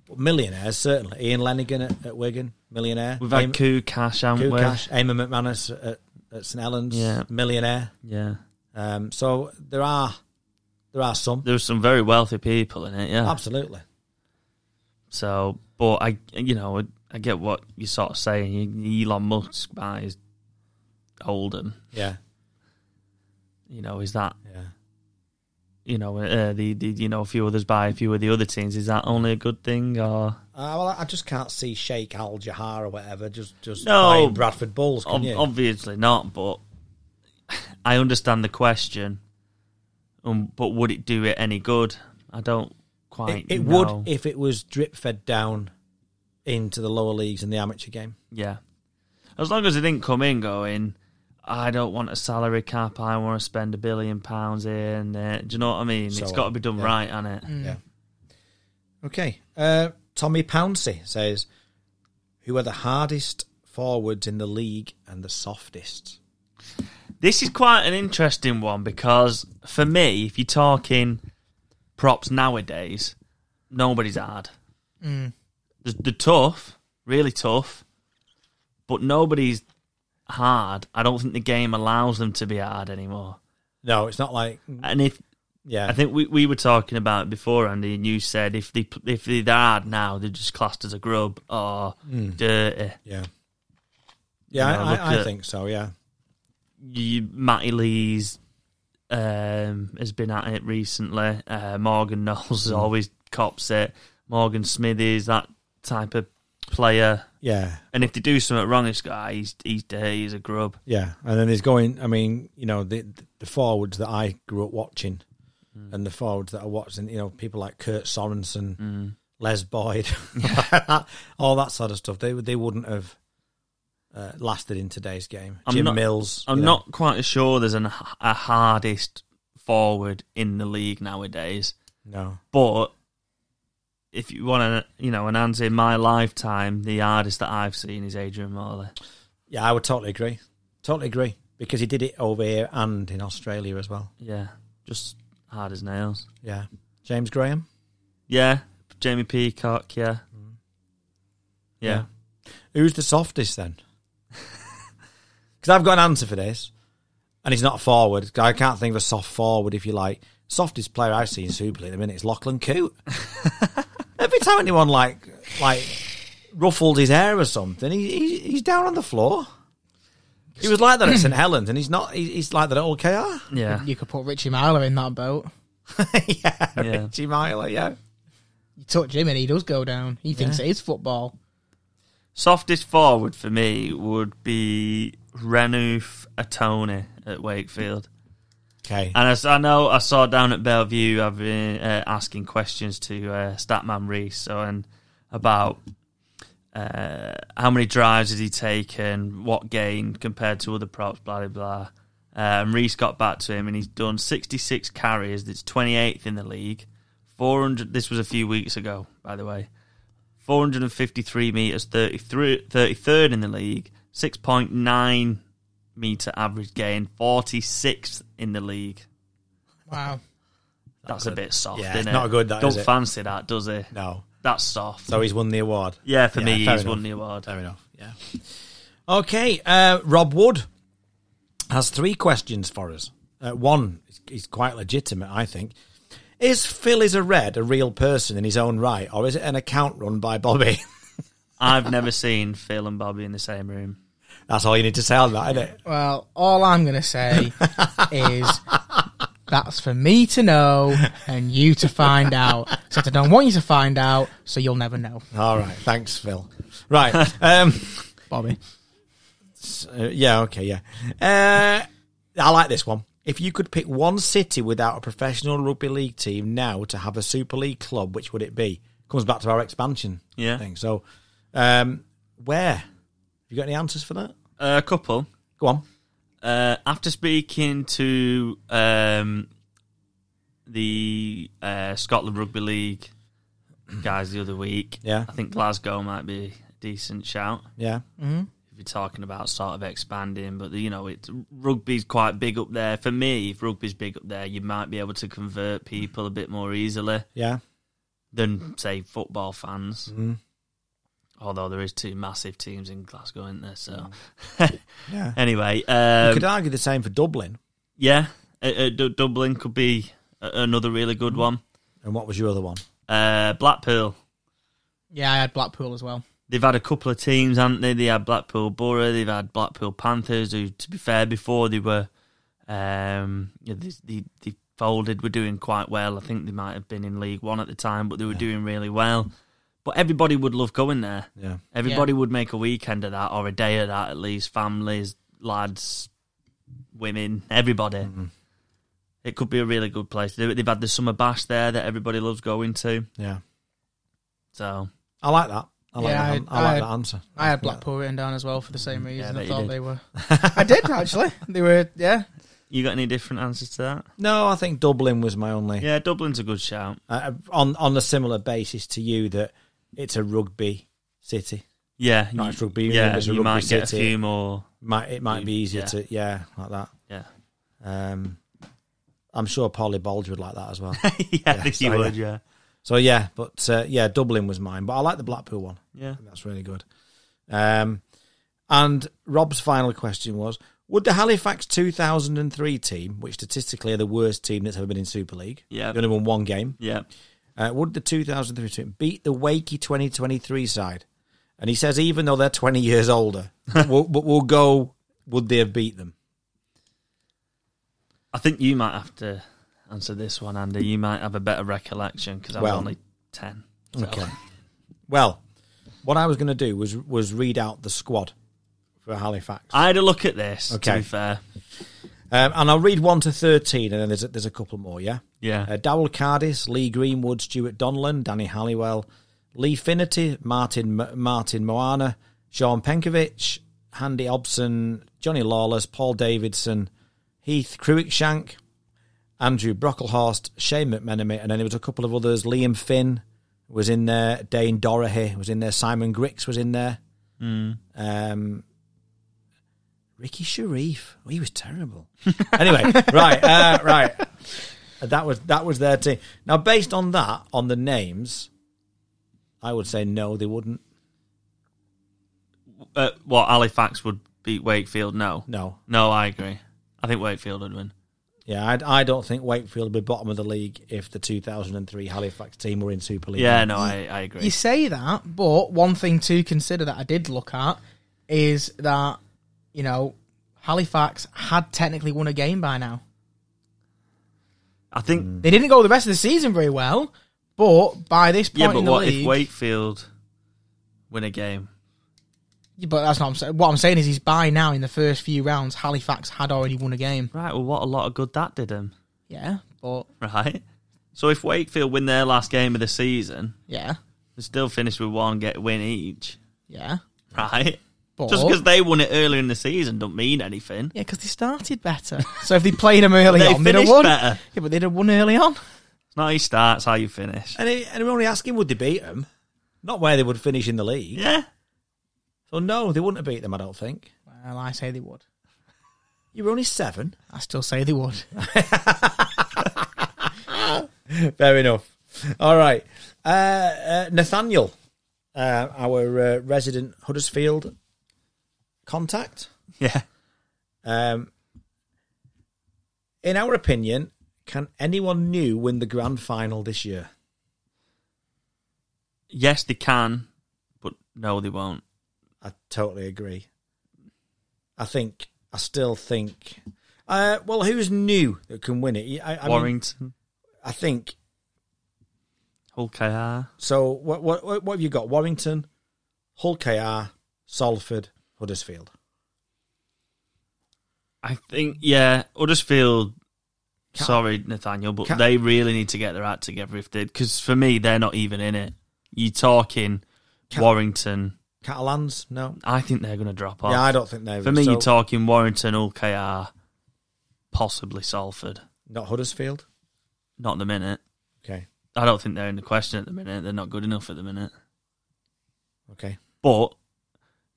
S2: but millionaires certainly. Ian Lenigan at, at Wigan, millionaire.
S1: We've had
S2: Eam-
S1: coup cash, haven't
S2: Ku
S1: we?
S2: Cash, Eamon McManus at, at St Helens,
S1: Yeah.
S2: millionaire.
S1: Yeah,
S2: Um, so there are there are some
S1: there's some very wealthy people in it. Yeah.
S2: absolutely.
S1: So, but I, you know, I, I get what you're sort of saying. Elon Musk buys Holden.
S2: Yeah,
S1: You know, is that
S2: yeah.
S1: you know uh, the, the you know a few others buy a few of the other teams? Is that only a good thing or?
S2: Uh, well, I just can't see Sheikh Al Jahar or whatever just just
S1: No.
S2: buying Bradford Bulls. Can
S1: Ob-
S2: you?
S1: Obviously not, but I understand the question. Um, but would it do it any good? I don't
S2: It,
S1: quite.
S2: it
S1: know.
S2: would if it was drip fed down into the lower leagues in the amateur game.
S1: yeah. As long as it didn't come in going, I don't want a salary cap. I want to spend a billion pounds here and there. Do you know what I mean?
S2: So
S1: it's got to
S2: on,
S1: be done
S2: yeah.
S1: right, hasn't it?
S2: Yeah. Okay. Uh, Tommy Pouncey says, "Who are the hardest forwards in the league and the softest?"
S1: This is quite an interesting one because for me, if you're talking props nowadays, nobody's hard. They're, they're tough, really tough, but nobody's hard. I don't think the game allows them to be hard anymore.
S2: No, it's not like
S1: And if
S2: yeah.
S1: I think we, we were talking about it before, Andy, and you said if they if they're hard now, they're just classed as a grub or dirty.
S2: yeah. Yeah,
S1: No,
S2: I,
S1: look
S2: I, I
S1: at-
S2: think so. Yeah,
S1: you, Matty Lees um, has been at it recently. Uh, Morgan Knowles always cops it. Morgan Smithies, that type of player.
S2: yeah,
S1: And if they do something wrong, this guy, he's, he's dirty, he's a grub.
S2: yeah. And then there's going. I mean, you know, the the forwards that I grew up watching,
S1: Mm.
S2: and the forwards that I watched, and you know, people like Kurt Sorensen,
S1: Mm.
S2: Les Boyd, all that sort of stuff. They would- they wouldn't have uh, lasted in today's game.
S1: I'm
S2: Jim
S1: not-
S2: Mills.
S1: I'm
S2: you know.
S1: not quite sure there's an, a hardest forward in the league nowadays,
S2: No.
S1: but. If you want to, you know, an answer in my lifetime, the hardest that I've seen is Adrian Morley.
S2: Yeah, I would totally agree. Totally agree because he did it over here and in Australia as well.
S1: Yeah, just hard as nails.
S2: Yeah. James Graham.
S1: Yeah, Jamie Peacock. Yeah, Mm. yeah.
S2: Who's the softest then? Because I've got an answer for this, and he's not a forward. 'Cause I can't think of a soft forward, if you like. Softest player I've seen in Super League at the minute is Lachlan Coote. Every time anyone like like ruffled his hair or something, he, he he's down on the floor. He was like that at St Helens, and he's not. He, he's like that at OKR.
S1: yeah,
S3: You could put Richie Myler in that boat.
S2: yeah,
S1: Yeah.
S2: Richie Myler. Yeah,
S3: You touch him and he does go down. He thinks it is football.
S1: Softest forward for me would be Renouf Atone at Wakefield.
S2: Okay.
S1: And I s- I, know I saw down at Bellevue, I've been uh, asking questions to uh, Statman Reese so, and about uh, how many drives has he taken, what gain compared to other props, blah, blah, blah. Uh, and Reese got back to him and he's done 66 carries. That's 28th in the league. 400. This was a few weeks ago, by the way. 453 metres, 33, 33rd in the league. 6.9 metre average gain, 46th in the league.
S3: Wow.
S1: That's a bit soft,
S2: Yeah,
S1: isn't it?
S2: not good, that,
S1: Don't
S2: is it?
S1: fancy that, does he?
S2: No.
S1: That's soft.
S2: So he's won the award.
S1: yeah, for me, he's
S2: fair
S1: won
S2: enough.
S1: the award.
S2: Fair enough. Yeah. Okay. Uh, Rob Wood has three questions for us. Uh, one is, is quite legitimate, I think. Is Phil is a red a real person in his own right, or is it an account run by Bobby?
S1: I've never seen Phil and Bobby in the same room.
S2: That's all you need to say on that, isn't it?
S3: Well, all I'm going to say is that's for me to know and you to find out. So I don't want you to find out, so you'll never know,
S2: All right. Thanks, Phil. Right. Um,
S3: Bobby.
S2: Uh, yeah, okay, yeah. Uh, I like this one. If you could pick one city without a professional rugby league team now to have a Super League club, which would it be? Comes back to our expansion
S1: Yeah.
S2: thing. So, um, where? Have you got any answers for that?
S1: Uh, a couple.
S2: Go on.
S1: Uh, after speaking to um, the uh, Scotland Rugby League guys the other week,
S2: Yeah.
S1: I think Glasgow might be a decent shout.
S2: Yeah.
S1: if you're talking about sort of expanding, but you know, it's rugby's quite big up there. For me, if rugby's big up there, you might be able to convert people a bit more easily
S2: Yeah.
S1: than say football fans. Although there is two massive teams in Glasgow, isn't there? So
S2: Yeah.
S1: anyway,
S2: You
S1: um,
S2: could argue the same for Dublin.
S1: yeah, uh, uh, Du- Dublin could be a- another really good one.
S2: And what was your other one?
S1: Uh, Blackpool.
S3: Yeah, I had Blackpool as well.
S1: They've had a couple of teams, haven't they? They had Blackpool Borough, they've had Blackpool Panthers, who, to be fair, before they were, um, you know, they, they, they folded, were doing quite well. I think they might have been in League One at the time, but they were doing really well. But everybody would love going there.
S2: Yeah.
S1: Everybody would make a weekend of that or a day of that, at least. Families, lads, women, everybody.
S2: Mm-hmm.
S1: It could be a really good place to do it. They've had the summer bash there that everybody loves going to.
S2: Yeah.
S1: So,
S2: I like that. I like,
S3: Yeah,
S2: that. I,
S3: I-
S2: like
S3: I-
S2: that answer.
S3: I had Blackpool written down as well for the same reason.
S1: bet
S3: I
S1: you
S3: thought
S1: did.
S3: they were. I did actually. They were. Yeah.
S1: you got any different answers to that?
S2: No, I think Dublin was my only.
S1: Yeah, Dublin's a good shout.
S2: Uh, on, on a similar basis to you, that it's a rugby city.
S1: Yeah,
S2: Not
S1: you-
S2: as rugby union,
S1: Mm. Yeah,
S2: as a
S1: you
S2: rugby
S1: might get a
S2: city.
S1: few more.
S2: might it might be easier
S1: yeah.
S2: to yeah like that.
S1: Yeah,
S2: Um, I'm sure Polly Bulge would like that as well.
S1: yeah, I think you
S2: so,
S1: would. Yeah,
S2: so yeah, but uh, yeah, Dublin was mine, but I like the Blackpool one.
S1: yeah.
S2: That's really good. Um, and Rob's final question was: Would the Halifax 2003 team, which statistically are the worst team that's ever been in Super League,
S1: Yeah.
S2: they only won one game,
S1: yeah.
S2: uh, would the 2003 team beat the Wakey 2023 side? And he says, even though they're 20 years older, but we'll, but we'll go. Would they have beat them?
S1: I think you might have to answer this one, Andy. You might have a better recollection because I'm
S2: Well.
S1: only ten. so-
S2: Okay. Well, what I was going to do was was read out the squad for Halifax,
S1: I had a look at this. To
S2: Okay.
S1: be fair,
S2: um, and I'll read one to thirteen, and then there's a, there's a couple more. Yeah,
S1: yeah,
S2: uh, Dowell Cardis, Lee Greenwood, Stuart Donlan, Danny Halliwell, Lee Finnerty, Martin M- Martin Moana, Sean Penkovich, Handy Hobson, Johnny Lawless, Paul Davidson, Heath Cruikshank, Andrew Brocklehorst, Shane McMenemy, and then there was a couple of others. Liam Finn was in there, Dane Dorahy was in there, Simon Grix was in there. Um, Ricky Sharif, he was terrible. anyway, right, uh, right. That was that was their team. Now, based on that, on the names, I would say no, they wouldn't.
S1: uh, what Halifax would beat Wakefield? No,
S2: No,
S1: no, I agree. I think Wakefield would win.
S2: yeah, I, I don't think Wakefield would be bottom of the league if the 2003 Halifax team were in Super League.
S1: Yeah, no, I, I agree.
S3: You say that, but one thing to consider that I did look at is that you know Halifax had technically won a game by now.
S1: I think.
S3: They didn't go the rest of the season very well, but by this point
S1: Yeah, but
S3: in the
S1: what
S3: league,
S1: if Wakefield win a game?
S3: Yeah, But that's not what I'm saying. What I'm saying is, he's by now in the first few rounds, Halifax had already won a game.
S1: Right, well, what a lot of good that did him,
S3: Yeah, but
S1: right? So if Wakefield win their last game of the season,
S3: yeah,
S1: they still finish with one get win each,
S3: yeah.
S1: right?
S3: But
S1: Just because they won it earlier in the season don't mean anything.
S3: yeah, because they started better. so if they played him early
S1: They
S3: on, they'd have
S1: finished
S3: won.
S1: better.
S3: Yeah, but they'd have won early on.
S1: It's not how you start, it's how you finish.
S2: And, he, and we're only asking would they beat them, not where they would finish in the league.
S1: Yeah.
S2: So no, they wouldn't have beat them. I don't think.
S3: Well, I say they would.
S2: You were only seven.
S3: I still say they would.
S2: Fair enough. All right, uh, uh, Nathaniel, uh, our uh, resident Huddersfield contact.
S1: Yeah.
S2: Um, in our opinion, can anyone new win the grand final this year?
S1: Yes, they can, but no, they won't.
S2: I totally agree. I think I still think. Uh, well, who's new that can win it? I, I, mean,
S1: Warrington,
S2: I think
S1: Hull KR.
S2: so. What what what what have you got? Warrington, Hull, KR, Salford, Huddersfield.
S1: I think, yeah, Huddersfield.
S2: Ca-
S1: sorry, Nathaniel, but
S2: Ca-
S1: they really need to get their act together if they. Because for me, they're not even in it. You're talking
S2: Ca-
S1: Warrington.
S2: Catalans, no.
S1: I think they're going to drop off.
S2: Yeah, I don't think they.
S1: for me,
S2: so,
S1: you're talking Warrington, Hull KR, possibly Salford.
S2: not Huddersfield.
S1: Not at the minute.
S2: Okay,
S1: I don't think they're in the question at the minute. They're not good enough at the minute.
S2: okay.
S1: But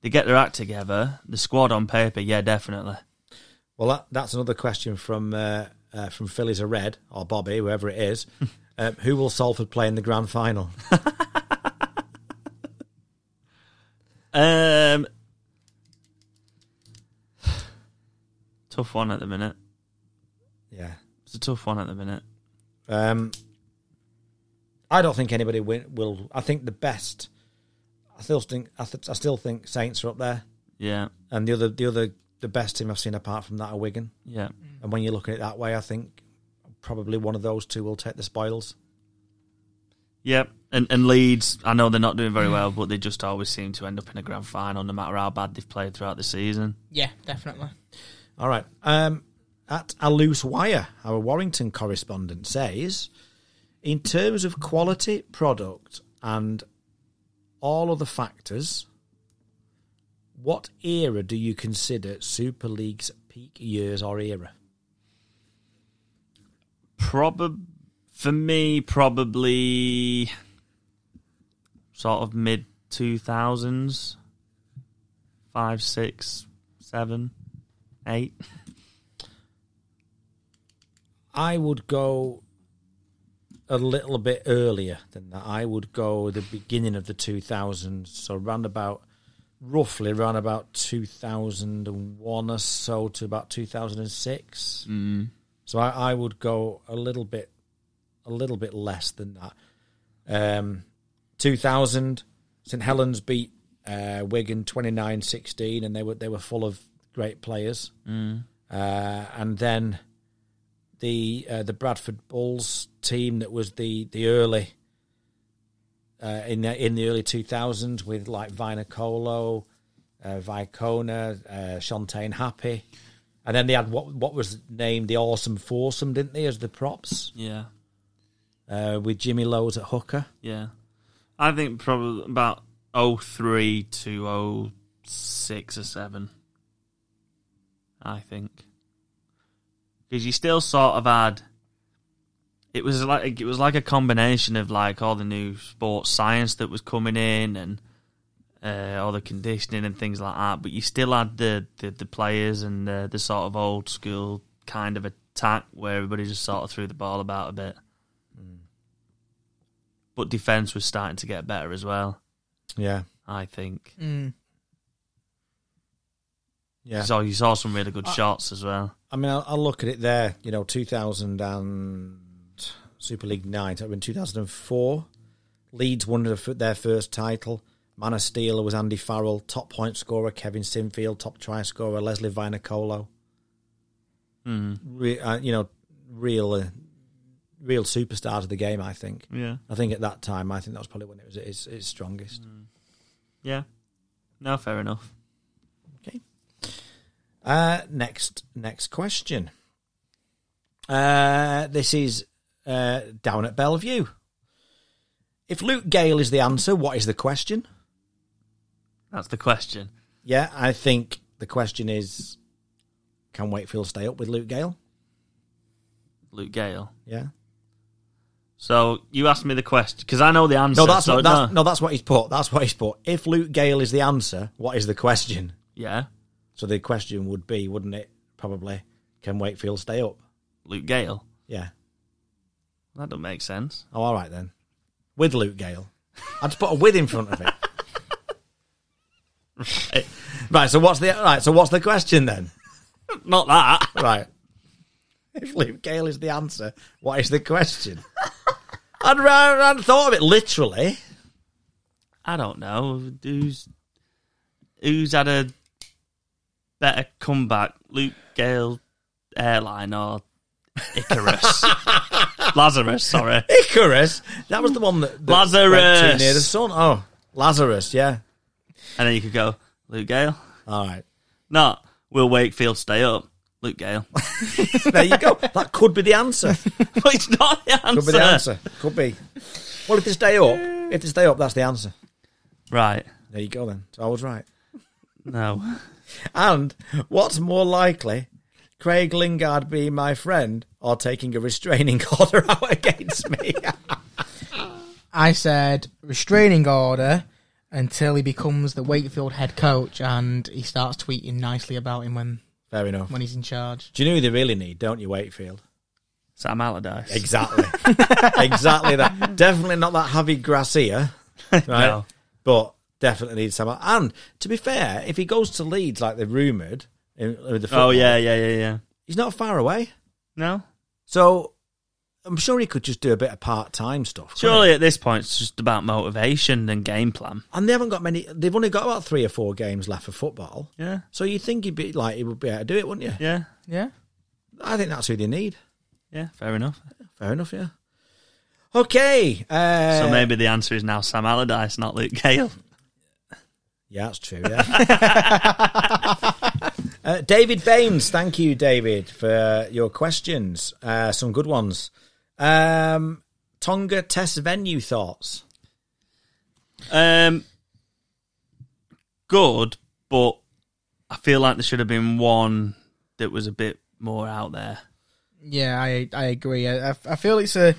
S1: they get their act together. The squad on paper, yeah, definitely.
S2: Well, that, that's another question from uh, uh, from Phillies a Red or Bobby, whoever it is. um, who will Salford play in the grand final?
S1: Um, tough one at the minute.
S2: yeah.
S1: It's a tough one at the minute.
S2: Um, I don't think anybody win, will. I think the best. I still think I, th- I still think Saints are up there,
S1: Yeah,
S2: and the other the other the best team I've seen apart from that are Wigan.
S1: yeah.
S2: And when you look at it that way, I think probably one of those two will take the spoils.
S1: Yep. And and Leeds, I know they're not doing very well, but they just always seem to end up in a grand final, no matter how bad they've played throughout the season.
S3: Yeah, definitely.
S2: All right. Um, at a loose wire, our Warrington correspondent says, in terms of quality, product, and all other factors, what era do you consider Super League's peak years or era?
S1: Probably for me, probably sort of mid two thousands, five, six, seven, eight.
S2: I would go a little bit earlier than that. I would go the beginning of the 2000s, so round about roughly round about 2001 or so to about 2006. Mm. So I, I would go a little bit a little bit less than that. Um, 2000 St Helens beat uh, Wigan 29-16 and they were they were full of great players. Uh, and then the uh, the Bradford Bulls team that was the the early uh, in the in the early 2000s with like Vina Colo, uh, Vicona, uh, Shantain Happy, and then they had what what was named the Awesome Foursome, didn't they, as the props
S1: Yeah.
S2: uh, with Jimmy Lowe's at hooker.
S1: Yeah. I think probably about 03 to 06 or 7. I think. Because you still sort of had. It was like it was like a combination of like all the new sports science that was coming in and uh, all the conditioning and things like that, but you still had the, the, the players and the, the sort of old school kind of attack where everybody just sort of threw the ball about a bit but defense was starting to get better as well.
S2: Yeah,
S1: I think.
S3: Mm.
S2: yeah.
S1: So you saw some really good shots as well.
S2: I mean, I, I look at it there. You know, 2000 and Super League Nine. So in 2004, Leeds won their fir- their first title. Man of Steel was Andy Farrell. Top point scorer Kevin Sinfield. Top try scorer Leslie Vinacolo.
S1: Mm.
S2: Re- uh, you know, real, uh, real superstars of the game. I think.
S1: Yeah,
S2: I think at that time, I think that was probably when it was at its, its strongest.
S1: yeah. No, fair enough.
S2: Uh, next, next question. Uh, this is uh, down at Bellevue. If Luke Gale is the answer, what is the question?
S1: That's the question.
S2: Yeah, I think the question is, can Wakefield stay up with Luke Gale?
S1: Luke Gale.
S2: Yeah.
S1: So you asked me the question because I know the answer.
S2: No, that's
S1: so
S2: not. That's, no, that's what he's put. That's what he's put. If Luke Gale is the answer, what is the question?
S1: Yeah,
S2: So the question would be, wouldn't it? Probably, can Wakefield stay up?
S1: Luke Gale.
S2: Yeah.
S1: That don't make sense.
S2: Oh, all right then. With Luke Gale, I'd just put a "with" in front of it.
S1: Right.
S2: Right. So what's the right? So what's the question then?
S1: Not that.
S2: Right. If Luke Gale is the answer, what is the question? I'd rather I'd thought of it literally.
S1: I don't know who's who's had a better comeback, Luke Gale airline or Icarus, Lazarus. Sorry,
S2: Icarus. That was the one that, that
S1: Lazarus.
S2: went too near the sun. Oh, Lazarus. Yeah.
S1: and then you could go Luke Gale.
S2: All right.
S1: No, will Wakefield stay up? Luke Gale.
S2: There you go. That could be the answer.
S1: but it's not the answer.
S2: Could be the answer. Could be. Well, if they stay up, if they stay up, that's the answer.
S1: Right?
S2: There you go. Then. So I was right.
S1: No.
S2: And what's more likely, Craig Lingard being my friend or taking a restraining order out against me?
S3: I said restraining order until he becomes the Wakefield head coach and he starts tweeting nicely about him when,
S2: Fair enough.
S3: when he's in charge.
S2: Do you know who they really need, don't you, Wakefield?
S1: Sam Allardyce.
S2: Exactly. exactly that. Definitely not that Javi Gracia, right?
S1: No.
S2: But definitely needs someone. And to be fair, if he goes to Leeds like they're rumoured, in- with the
S1: Oh
S2: football,
S1: yeah, yeah, yeah, yeah.
S2: he's not far away.
S1: No.
S2: So I'm sure he could just do a bit of part time stuff. couldn't he?
S1: Surely at this point it's just about motivation and game plan.
S2: And they haven't got many. They've only got about three or four games left for football.
S1: Yeah.
S2: So you think he'd be like he would be able to do it, wouldn't you?
S1: Yeah.
S3: Yeah.
S2: I think that's who they need.
S1: Yeah. Fair enough.
S2: Fair enough, yeah. Okay. Uh,
S1: So maybe the answer is now Sam Allardyce, not Luke Gale.
S2: yeah, that's true. Yeah. uh, David Baines, thank you, David, for your questions. Uh, some good ones. Um, Tonga test venue thoughts.
S1: Um, good, but I feel like there should have been one that was a bit more out there.
S3: Yeah, I I agree. I, I- I feel it's a.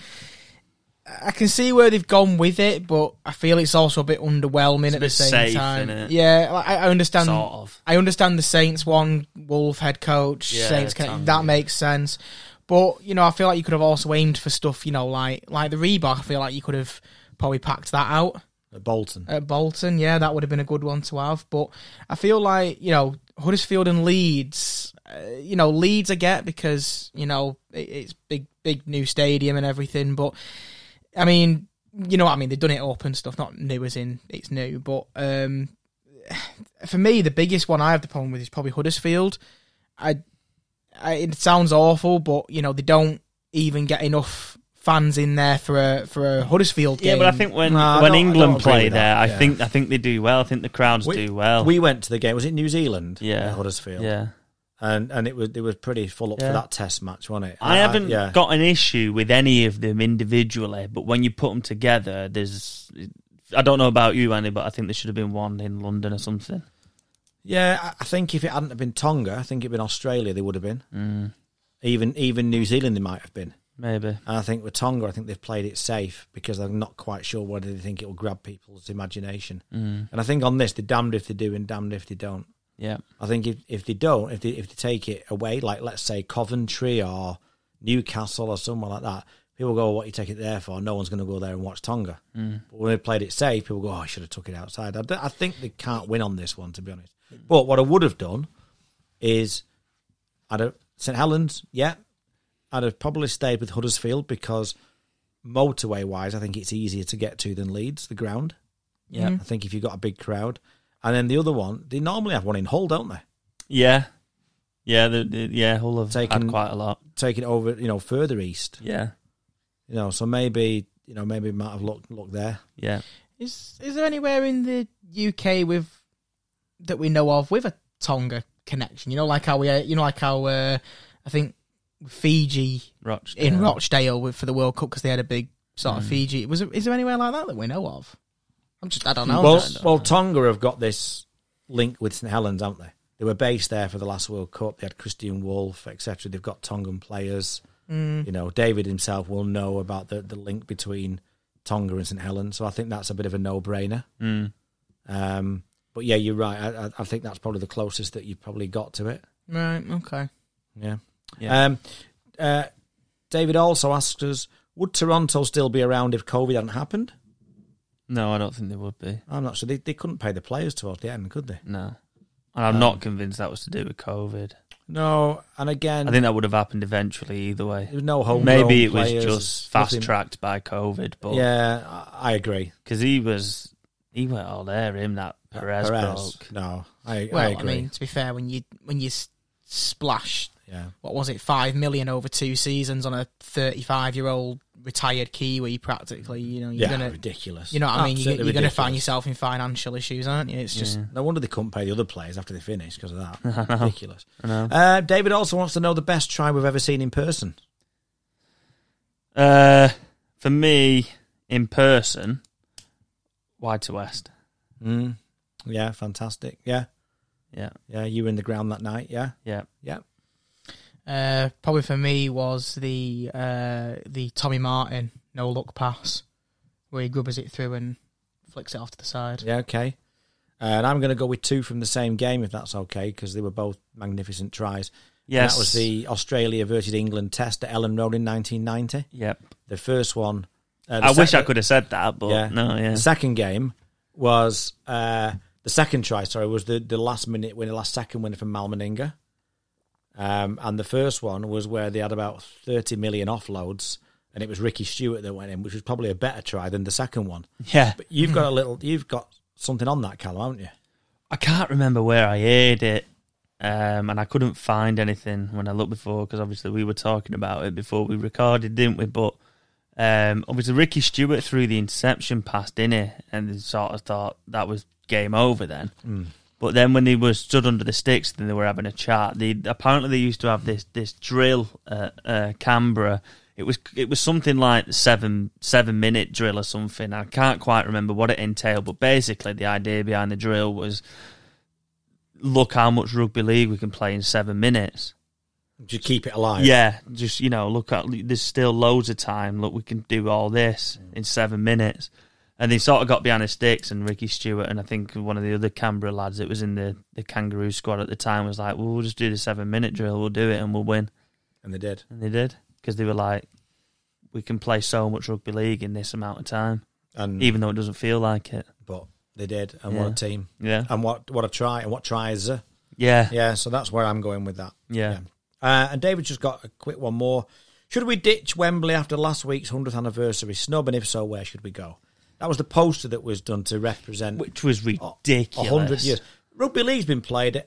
S3: I can see where they've gone with it, but I feel it's also a bit underwhelming at
S1: bit
S3: the same
S1: safe,
S3: time.
S1: innit?
S3: Yeah, like, I, I understand.
S1: Sort of.
S3: I understand the Saints one Wolf head coach.
S1: Yeah,
S3: Saints can,
S1: Tom,
S3: that
S1: yeah.
S3: makes sense, but you know I feel like you could have also aimed for stuff. You know, like like the Reebok. I feel like you could have probably packed that out
S2: at Bolton.
S1: Uh,
S3: at Bolton. Yeah, that would have been a good one to have. But I feel like you know Huddersfield and Leeds. Uh, you know Leeds I get because you know it, it's big, big new stadium and everything. But I mean, you know what I mean. They've done it up and stuff. Not new as in it's new, but um, for me the biggest one I have the problem with is probably Huddersfield. I, I it sounds awful, but you know they don't even get enough. Fans in there for a for a Huddersfield
S1: Yeah,
S3: game.
S1: but I think when
S2: No, I
S1: when
S2: don't- I
S1: England
S2: don't agree
S1: play
S2: with that,
S1: there, I
S2: yeah.
S1: think I think they do well. I think the crowds do well.
S2: We went to the game. Was it New Zealand?
S1: yeah,
S2: At Huddersfield.
S1: Yeah,
S2: And and it was it was pretty full up
S1: Yeah.
S2: for that test match, wasn't it? Uh,
S1: I haven't
S2: yeah.
S1: got an issue with any of them individually, but when you put them together, there's. I don't know about you, Andy, but I think there should have been one in London or something.
S2: Yeah, I- I think if it hadn't have been Tonga, I think it'd been Australia. They would have been. Even even New Zealand, they might have been.
S1: Maybe.
S2: And I think with Tonga, I think they've played it safe because they're not quite sure whether they think it will grab people's imagination. Mm. And I think on this, they're damned if they do and damned if they don't.
S1: Yeah.
S2: I think if, if they don't, if they if they take it away, like let's say Coventry or Newcastle or somewhere like that, people go, "What you take it there for?" No one's going to go there and watch Tonga. Mm. But when they played it safe, people go, "Oh, I should have took it outside." I, don't- I think they can't win on this one, to be honest. But what I would have done is, I'd have St Helens, yeah, I'd have probably stayed with Huddersfield because motorway wise, I think it's easier to get to than Leeds, the ground.
S1: Yeah.
S2: I think if you've got a big crowd. And then the other one, they normally have one in Hull, don't they?
S1: Yeah. Yeah, the, the, yeah, Hull have
S2: Taken-
S1: had quite a lot.
S2: take it over, you know, further east.
S1: Yeah,
S2: You know, so maybe, you know, maybe might have looked looked there.
S1: yeah.
S3: Is is there anywhere in the UK with that we know of with a Tonga connection. You know, like how we, uh, you know, like how uh, I think Fiji
S1: Rochdale.
S3: in Rochdale with, for the World Cup because they had a big sort
S2: Mm.
S3: of Fiji. Was there, is there anywhere like that that we know of? I'm just, I don't know.
S2: Well,
S3: I don't know.
S2: well, Tonga have got this link with St Helens, haven't they? They were based there for the last World Cup. They had Christian Wolf, etc. They've got Tongan players. You know, David himself will know about the, the link between Tonga and St Helens. So I think that's a bit of a no brainer. Um, but yeah, you're right. I, I, I think that's probably the closest that you've probably got to it.
S3: right, okay.
S2: Yeah.
S1: Yeah.
S2: Um, uh, David also asks us Would Toronto still be around if COVID hadn't happened?
S1: No, I don't think they would be.
S2: I'm not sure. They, they couldn't pay the players towards the end, could they?
S1: No. And I'm not convinced that was to do with COVID.
S2: No. And again,
S1: I think that would have happened eventually either way.
S2: There was no home.
S1: Maybe it was just fast tracked by COVID, but
S2: Yeah, I I agree.
S1: because he was he went all there. Him that Perez, broke.
S2: No, I,
S3: Well,
S2: I
S3: I,
S2: agree.
S3: mean, to be fair, when you when you s- splash
S2: yeah,
S3: what was it five million over two seasons on a thirty-five year old retired Kiwi, practically, you know,
S2: yeah,
S3: you're gonna,
S2: ridiculous.
S3: you know what I mean? You're,
S2: Absolutely
S3: you're gonna find
S2: ridiculous.
S3: yourself in financial issues, aren't you? It's just
S2: No wonder they couldn't pay the other players after they finished because of that. ridiculous. Uh, David also wants to know the best try we've ever seen in person.
S1: Uh, for me, in person, wide to west.
S2: Mm. Yeah, fantastic. Yeah,
S1: Yeah,
S2: yeah. You were in the ground that night. Yeah,
S1: yeah.
S2: yeah.
S3: Uh, probably for me was the uh, the Tommy Martin no look pass where he grubbers it through and flicks it off to the side.
S2: Yeah, okay. Uh, And I'm going to go with two from the same game, if that's okay, because they were both magnificent tries. And
S1: Yes.
S2: that was the Australia versus England test at Ellen Road in 1990.
S1: Yep.
S2: The first one. Uh, the
S1: I wish
S2: sec-
S1: I could have said that, but
S2: Yeah.
S1: no, yeah.
S2: The second game was uh, the second try. Sorry, was the, the last minute winner, last second winner from Malmeninga. Um, and the first one was where they had about 30 million offloads, and it was Ricky Stewart that went in, which was probably a better try than the second one.
S1: Yeah.
S2: But you've got a
S1: Hmm.
S2: little, you've got something on that, Callum, haven't you?
S1: I can't remember where I heard it, um, and I couldn't find anything when I looked before because obviously we were talking about it before we recorded, didn't we? But um, obviously Ricky Stewart threw the interception pass, didn't he? And they sort of thought that was game over then. But then when they were stood under the sticks and they were having a chat, they apparently they used to have this this drill at uh, Canberra. It was it was something like seven seven minute drill or something. I can't quite remember what it entailed, but basically the idea behind the drill was look how much rugby league we can play in seven minutes.
S2: Just keep it alive.
S1: Yeah, just you know, look at there's still loads of time. Look, we can do all this in seven minutes. And they sort of got behind the sticks, and Ricky Stewart and I think one of the other Canberra lads that was in the, the Kangaroo squad at the time was like, well, we'll just do the seven minute drill, we'll do it, and we'll win.
S2: And they did.
S1: And they did because they were like, we can play so much rugby league in this amount of time,
S2: And
S1: even though it doesn't feel like it.
S2: but they did. And what
S1: Yeah.
S2: a team.
S1: Yeah,
S2: And what what a try and what tries. uh,
S1: yeah, yeah.
S2: Yeah, so that's where I'm going with that. Uh, and David just got a quick one more. Should we ditch Wembley after last week's 100th anniversary snub? And if so, where should we go? That was the poster that was done to represent
S1: Which was
S2: a-
S1: ridiculous.
S2: A hundred years. Rugby league's been played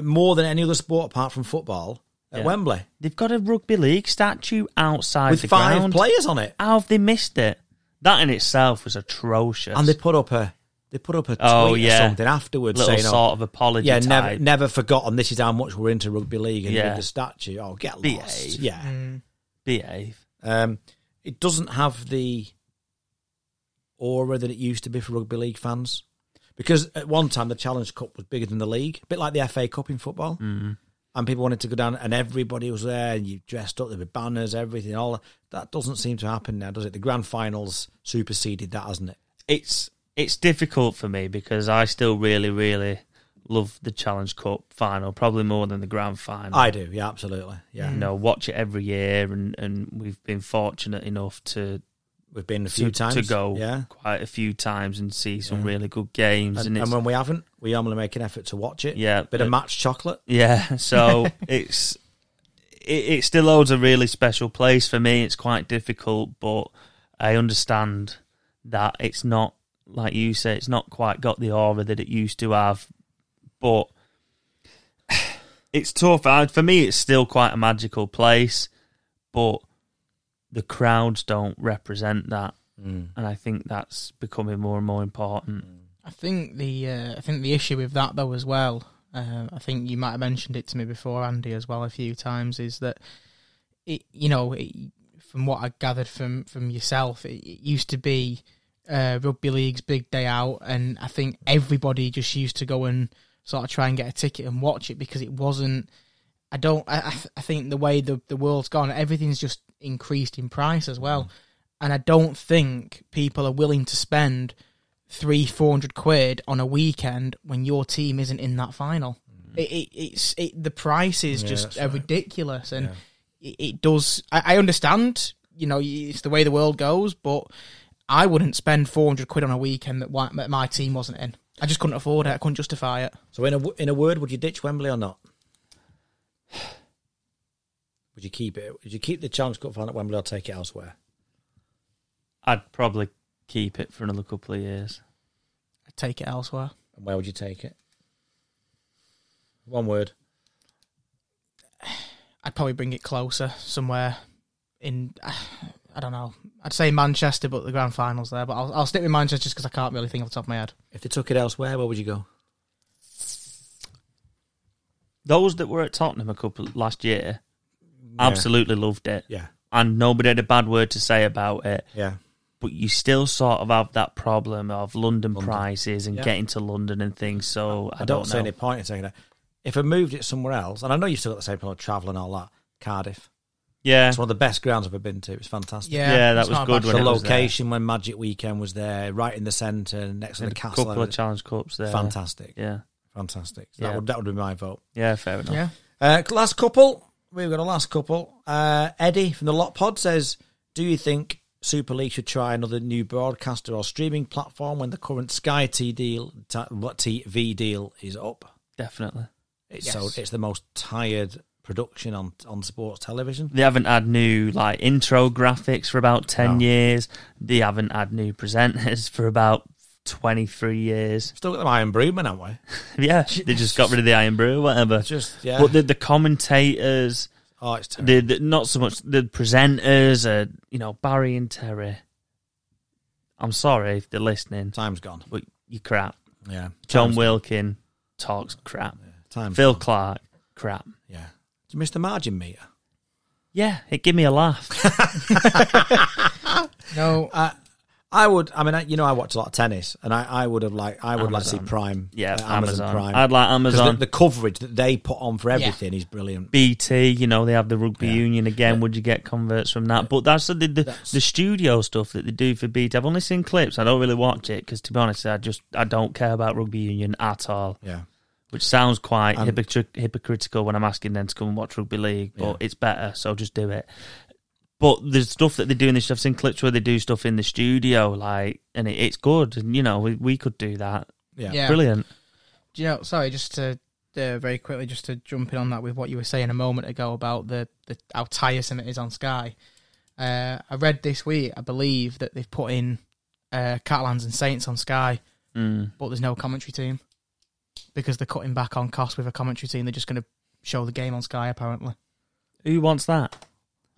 S2: more than any other sport apart from football at
S1: Yeah.
S2: Wembley
S1: They've got a rugby league statue outside
S2: with
S1: the
S2: five
S1: ground.
S2: players on it.
S1: How have they missed it? That in itself was atrocious.
S2: And they put up a they put up a tweet
S1: Oh,
S2: or
S1: yeah.
S2: something afterwards
S1: little
S2: saying, oh,
S1: sort of apology.
S2: yeah,
S1: type.
S2: never, never forgotten. This is how much we're into rugby league and
S1: Yeah.
S2: with the statue. Oh, get
S1: Behave.
S2: lost. Yeah, Mm.
S1: behave.
S2: um, it doesn't have the aura that it used to be for rugby league fans because at one time the Challenge Cup was bigger than the league, a bit like the FA Cup in football.
S1: Mm-hmm.
S2: Mm. And people wanted to go down, and everybody was there, and you dressed up. There were banners, everything. All that. that doesn't seem to happen now, does it? The grand finals superseded that, hasn't it?
S1: It's it's difficult for me because I still really really love the Challenge Cup final, probably more than the Grand Final.
S2: I do, yeah, absolutely, yeah.
S1: you know watch it every year, and and we've been fortunate enough to
S2: We've been a few
S1: to,
S2: times
S1: to go
S2: yeah.
S1: quite a few times and see some really good games. And,
S2: And,
S1: it's,
S2: and when we haven't, we normally make an effort to watch it.
S1: Yeah,
S2: bit
S1: but-
S2: of match chocolate.
S1: Yeah, so it's it, it still holds a really special place for me. It's quite difficult, but I understand that it's not like you say. It's not quite got the aura that it used to have, but it's tough. I, for me, it's still quite a magical place, but the crowds don't represent that, and I think that's becoming more and more important.
S3: I think the uh, I think the issue with that though as well. Uh, I think you might have mentioned it to me before, Andy, as well a few times. Is that it? You know, it, from what I gathered from from yourself, it, it used to be uh, rugby league's big day out, and I think everybody just used to go and sort of try and get a ticket and watch it because it wasn't. I don't. I, I th- I think the way the the world's gone, everything's just increased in price as well, and I don't think people are willing to spend three, four hundred quid on a weekend when your team isn't in that final. It, it, it's it, the price is just uh, ridiculous, and it, it does. I, I understand, you know, y- it's the way the world goes, but I wouldn't spend four hundred quid on a weekend that, wi- that my team wasn't in. I just couldn't afford it. I couldn't justify it.
S2: So in a w- in a word, would you ditch Wembley or not? Would you keep it? Would you keep the Challenge Cup final at Wembley or take it elsewhere?
S1: I'd probably keep it for another couple of years.
S3: I'd take it elsewhere.
S2: And where would you take it? One word.
S3: I'd probably bring it closer somewhere in. I don't know. I'd say Manchester, but the grand finals there. But I'll, I'll stick with Manchester just because I can't really think off the top of my head.
S2: If they took it elsewhere, where would you go?
S1: Those that were at Tottenham a couple last year absolutely loved it,
S2: Yeah.
S1: and nobody had a bad word to say about it.
S2: Yeah.
S1: But you still sort of have that problem of London, prices and
S2: Yeah.
S1: getting to London and things. So I,
S2: I don't,
S1: know.
S2: see any point in taking it. If I moved it somewhere else, and I know you've still got the same problem of travel and all that, Cardiff.
S1: Yeah,
S2: It's one of the best grounds I've ever been to. It's fantastic.
S3: Yeah,
S1: Yeah, that
S3: that's
S1: was
S3: not a
S1: good
S3: bad
S1: when
S2: the
S1: it
S3: shout.
S1: was there.
S2: location when Magic Weekend was there, right in the centre, next to
S1: a
S2: the castle.
S1: couple of Challenge Cups there.
S2: fantastic,
S1: Yeah,
S2: fantastic. So
S1: Yeah.
S2: That would that would be my vote.
S1: yeah, fair enough.
S3: Yeah.
S2: Uh, last couple, we've got a last couple. Uh, Eddie from the Lot Pod says, "Do you think Super League should try another new broadcaster or streaming platform when the current Sky T deal, t- what TV deal is up?"
S1: Definitely.
S2: It's so it's the most tired production on on sports television.
S1: They haven't had new like intro graphics for about ten
S2: No.
S1: years. They haven't had new presenters for about twenty three years.
S2: Still got the Iron Brewman, haven't we?
S1: Yeah, they just got rid of the Iron Brew, whatever.
S2: Just yeah.
S1: But the, the commentators,
S2: oh, it's terrible.
S1: the, the not so much the presenters are you know Barry and Terry. I'm sorry if they're listening,
S2: Time's gone.
S1: but you crap.
S2: Yeah,
S1: John
S2: Time's-
S1: Wilkin talks crap.
S2: Time's
S1: Phil
S2: gone.
S1: Clark crap.
S2: Yeah. Did you miss the margin meter?
S1: Yeah, it gave me a laugh.
S3: No,
S2: I would. I mean, I, you know, I watch a lot of tennis, and I, I would have like I would like to see
S1: Amazon.
S2: Prime.
S1: Yeah,
S2: uh,
S1: Amazon. I'd like
S2: 'Cause
S1: Amazon.
S2: The, the coverage that they put on for everything is brilliant.
S1: BT, you know, they have the rugby
S2: Yeah.
S1: union again. Would you get converts from that? But that's the the, the studio stuff that they do for BT. I've only seen clips. I don't really watch it because, to be honest, I just I don't care about rugby union at all.
S2: Yeah,
S1: Which sounds quite hypocri- hypocritical when I'm asking them to come and watch rugby league, but it's better, so just do it. But the stuff that they do in the I've seen clips where they do stuff in the studio, like, and it, it's good. And you know, we, we could do that.
S2: yeah,
S3: yeah.
S1: Brilliant.
S3: Do you know? Sorry, just to uh, very quickly, just to jump in on that with what you were saying a moment ago about the, the how tiresome it is on Sky. Uh, I read this week, I believe, that they've put in uh, Catalans and Saints on Sky,
S1: Mm.
S3: but there's no commentary team because they're cutting back on cost with a commentary team. They're just going to show the game on Sky. Apparently,
S1: Who wants that?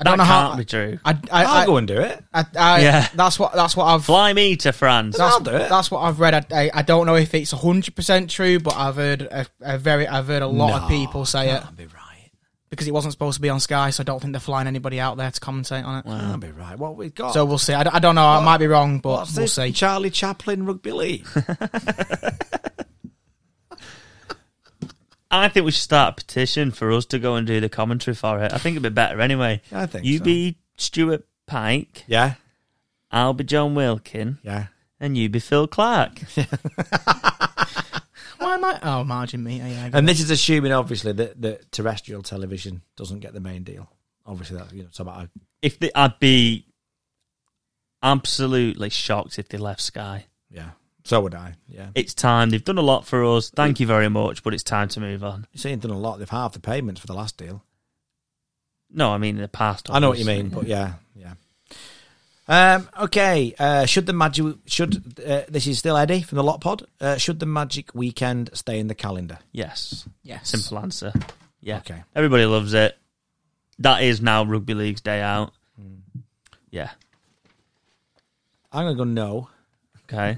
S3: I don't
S1: that
S3: know
S1: can't
S3: how.
S1: be true.
S3: I, I,
S2: I'll
S3: I,
S2: go and do it.
S3: I, I-
S1: Yeah.
S3: that's what that's what I've
S1: Fly me to France.
S2: I'll do it.
S3: That's what I've read. I, I, I don't know if it's hundred percent true, but I've heard a, a very I've heard a lot of people say it
S2: I'll be right.
S3: because it wasn't supposed to be on Sky, so I don't think they're flying anybody out there to commentate on it.
S2: I'll be right. What we got?
S3: So we'll see. I, d- I don't know. I might be wrong, but
S2: what's
S3: we'll
S2: this?
S3: see.
S2: Charlie Chaplin rugby league.
S1: I think we should start a petition for us to go and do the commentary for it. I think it'd be better anyway.
S2: Yeah, I think
S1: you
S2: so.
S1: be Stuart Pike,
S2: yeah,
S1: I'll be John Wilkin,
S2: yeah.
S1: and you be Phil Clark.
S3: Why am I? Oh, margin meter. Yeah,
S2: And this is assuming, obviously, that, that terrestrial television doesn't get the main deal. Obviously, that's you know, it's about
S1: if they, I'd be absolutely shocked if they left Sky.
S2: yeah. So would I. Yeah,
S1: It's time. They've done a lot for us. Thank you very much, but it's time to move on.
S2: you see, they've done a lot. They've halved the payments for the last deal.
S1: No, I mean in the past.
S2: I know what you
S1: obviously.
S2: mean, but yeah, yeah. Um, okay, uh, should the magic should uh, this is still Eddie from the Lot Pod? Uh, should the magic weekend stay in the calendar?
S1: Yes.
S3: yes.
S1: Simple answer. Yeah.
S2: Okay.
S1: Everybody loves it. That is now rugby league's day out.
S2: Hmm.
S1: Yeah.
S2: I'm gonna go no.
S1: Okay.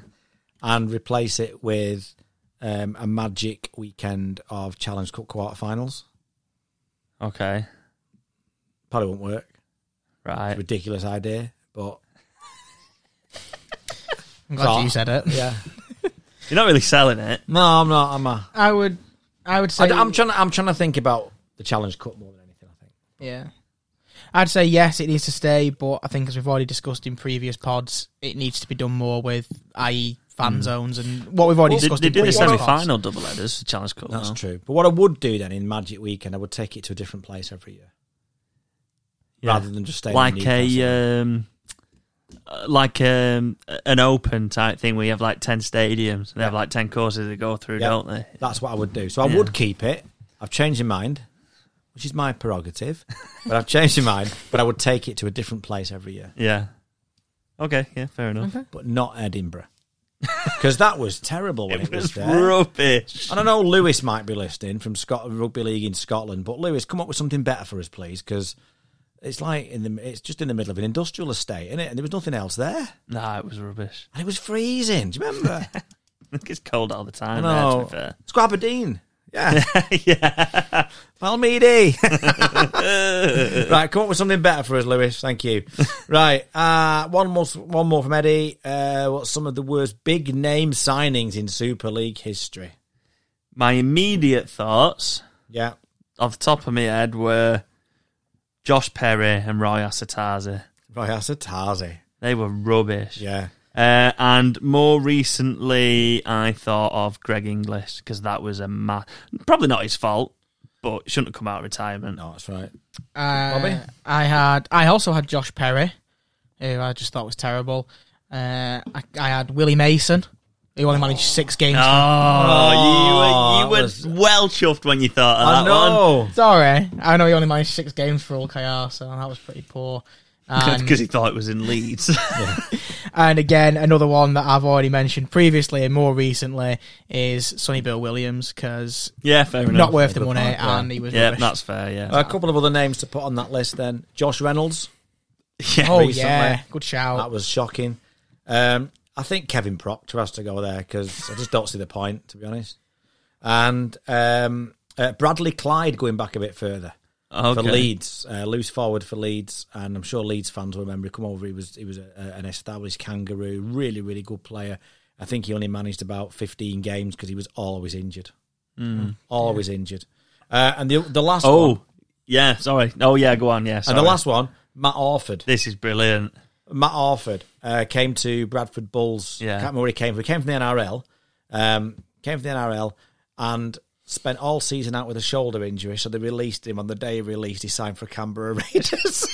S2: and replace it with um, a magic weekend of Challenge Cup quarterfinals.
S1: Okay.
S2: Probably won't work.
S1: Right.
S2: Ridiculous idea, but
S3: I'm glad
S2: Right.
S3: you said it.
S2: yeah.
S1: You're not really selling it.
S2: No, I'm not. I'm a.
S3: I would, I would say,
S2: I, I'm trying. I'm trying to think about the Challenge Cup more than anything. I think.
S3: yeah, I'd say yes, it needs to stay. But I think, as we've already discussed in previous pods, it needs to be done more with, i.e., fan zones and what we've already
S1: They,
S3: discussed.
S1: they
S3: in
S1: do the
S3: previous
S1: semi
S3: pods.
S1: final double headers for Challenge Cup.
S2: That's
S1: now.
S2: true. But what I would do then in Magic Weekend, I would take it to a different place every year
S1: Yeah.
S2: rather than just staying
S1: like uh,
S2: in Newcastle.
S1: a um, uh, like um, an open type thing where you have like ten stadiums. They have like ten courses they go through,
S2: Yeah.
S1: don't they?
S2: That's what I would do. So I
S1: Yeah.
S2: would keep it. I've changed my mind, which is my prerogative, but I've changed my mind. But I would take it to a different place every year,
S1: Yeah. Okay. Yeah. Fair enough.
S2: but not Edinburgh, because that was terrible when it,
S1: It was
S2: there.
S1: rubbish.
S2: And I know Lewis might be listening from Scot- rugby league in Scotland, but Lewis, come up with something better for us, please, because it's like in the it's just in the middle of an industrial estate, is it? And there was nothing else there,
S1: Nah, it was rubbish.
S2: and it was freezing. Do you remember?
S1: It gets cold all the
S2: I
S1: time.
S2: know.
S1: There,
S2: Let's go Aberdeen. Yeah,
S1: to be fair. yeah.
S2: Palmeady. right, come up with something better for us, Lewis. Thank you. Right, uh, one more, one more from Eddie. Uh, what's some of the worst big name signings in Super League history?
S1: My immediate thoughts
S2: Yeah,
S1: off the top of my head were Josh Perry and Roy Asatazi.
S2: Roy Asatazi.
S1: They were rubbish.
S2: Yeah.
S1: Uh, and more recently, I thought of Greg Inglis because that was a ma- probably not his fault, but shouldn't have come out of retirement.
S2: No, that's right.
S3: Uh,
S2: Bobby?
S3: I had. I also had Josh Perry, who I just thought was terrible. Uh, I, I had Willie Mason, who only managed six games.
S1: Oh, you were, you
S2: Oh, that
S1: were
S2: was-
S1: well chuffed when you thought of
S2: I
S1: that one
S2: know.
S3: Sorry, I know he only managed six games for all KR, so that was pretty poor. And,
S1: because he thought it was in Leeds.
S3: and again, another one that I've already mentioned previously and more recently is Sonny Bill Williams because
S1: yeah, fair enough.
S3: not worth the money,
S2: point, yeah.
S3: and he was
S1: Yeah,
S3: rubbish.
S1: that's fair. Yeah,
S2: A couple of other names to put on that list then. Josh Reynolds.
S1: yeah.
S3: oh
S2: recently.
S3: yeah, good shout.
S2: That was shocking. Um, I think Kevin Proctor has to go there because I just don't see the point, to be honest. And um, uh, Bradley Clyde going back a bit further
S1: Okay.
S2: for Leeds, uh, loose forward for Leeds, and I'm sure Leeds fans will remember. He come over, he was he was a, a- an established kangaroo, really really good player. I think he only managed about 15 games because he was always injured, always injured. Uh, and the the last one
S1: Hmm. Oh, yeah. Sorry. Oh, yeah. Go on. Yeah.
S2: and
S1: Sorry.
S2: the last one, Matt Orford.
S1: This is brilliant.
S2: Matt Orford uh, came to Bradford Bulls.
S1: Yeah.
S2: I can't remember where he came from. He came from the NRL. Um, came from the NRL and spent all season out with a shoulder injury. So they released him on the day he released. He signed for Canberra Raiders.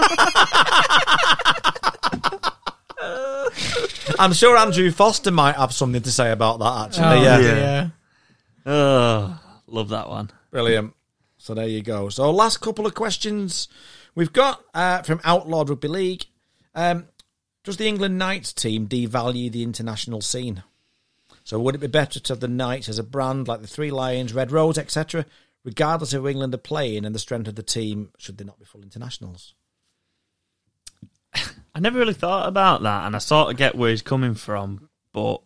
S2: I'm sure Andrew Foster might have something to say about that. Actually,
S3: Oh,
S2: yeah.
S3: dear.
S1: Oh, love that one.
S2: Brilliant. So there you go. So last couple of questions we've got uh, from Outlawed Rugby League. Um, does the England Knights team devalue the international scene? So would it be better to have the Knights as a brand like the Three Lions, Red Rose, etc., regardless of who England are playing and the strength of the team, should they not be full internationals?
S1: I never really thought about that, and I sort of get where he's coming from, but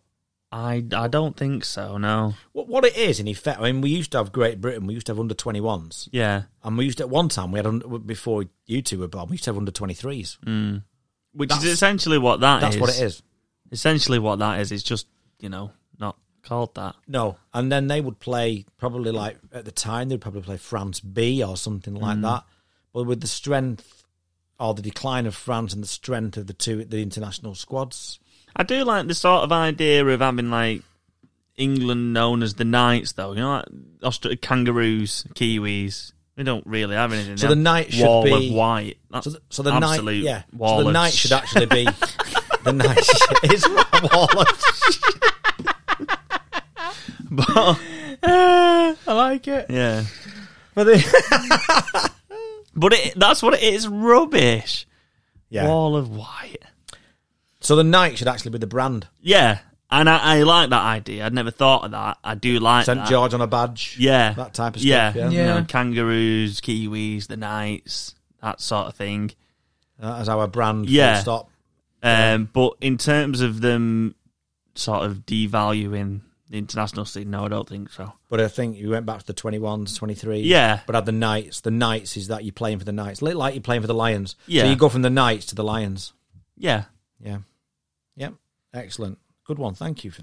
S1: I, I don't think so. No.
S2: What what it is in effect? I mean, we used to have Great Britain, we used to have under twenty ones,
S1: Yeah.
S2: and we used to at one time we had under, before you two were born, we used to have under twenty threes.
S1: Which
S2: That's-
S1: is essentially what that
S2: That's
S1: is.
S2: what it is.
S1: Essentially what that is. It's just, you know, not called that.
S2: No, and then they would play probably like at the time they'd probably play France B or something like
S1: Mm.
S2: that. But with the strength or the decline of France and the strength of the two the international squads,
S1: I do like the sort of idea of having like England known as the Knights, though. You know, like Austra- kangaroos, kiwis. We don't really have anything.
S2: So
S1: They
S2: the
S1: have
S2: knight should
S1: wall
S2: be-
S1: of white. That's
S2: so the, so the night,
S1: absolute
S2: yeah,
S1: wall
S2: so the
S1: of
S2: night should actually be the night is a wall of
S1: But-
S3: I like it.
S1: yeah,
S2: but the,
S1: but it, that's what it is. Rubbish.
S2: yeah.
S1: Wall of white.
S2: So the night should actually be the brand
S1: Yeah, and I, I like that idea. I'd never thought of that. I do like
S2: St
S1: that.
S2: George on a badge,
S1: Yeah,
S2: that type of
S1: yeah.
S2: stuff. Yeah,
S1: You know,
S3: Yeah.
S1: kangaroos, kiwis, the knights, that sort of thing.
S2: That is our Uh, brand. full
S1: Yeah.
S2: stop.
S1: Um, But in terms of them sort of devaluing the international scene. No, I don't think so.
S2: But I think you went back to the 21s, 23s.
S1: Yeah.
S2: But had the Knights. The Knights is that you're playing for the Knights. Little like you're playing for the Lions.
S1: Yeah.
S2: So you go from the Knights to the Lions.
S1: Yeah.
S2: Yeah. Yep. Excellent. Good one. Thank you for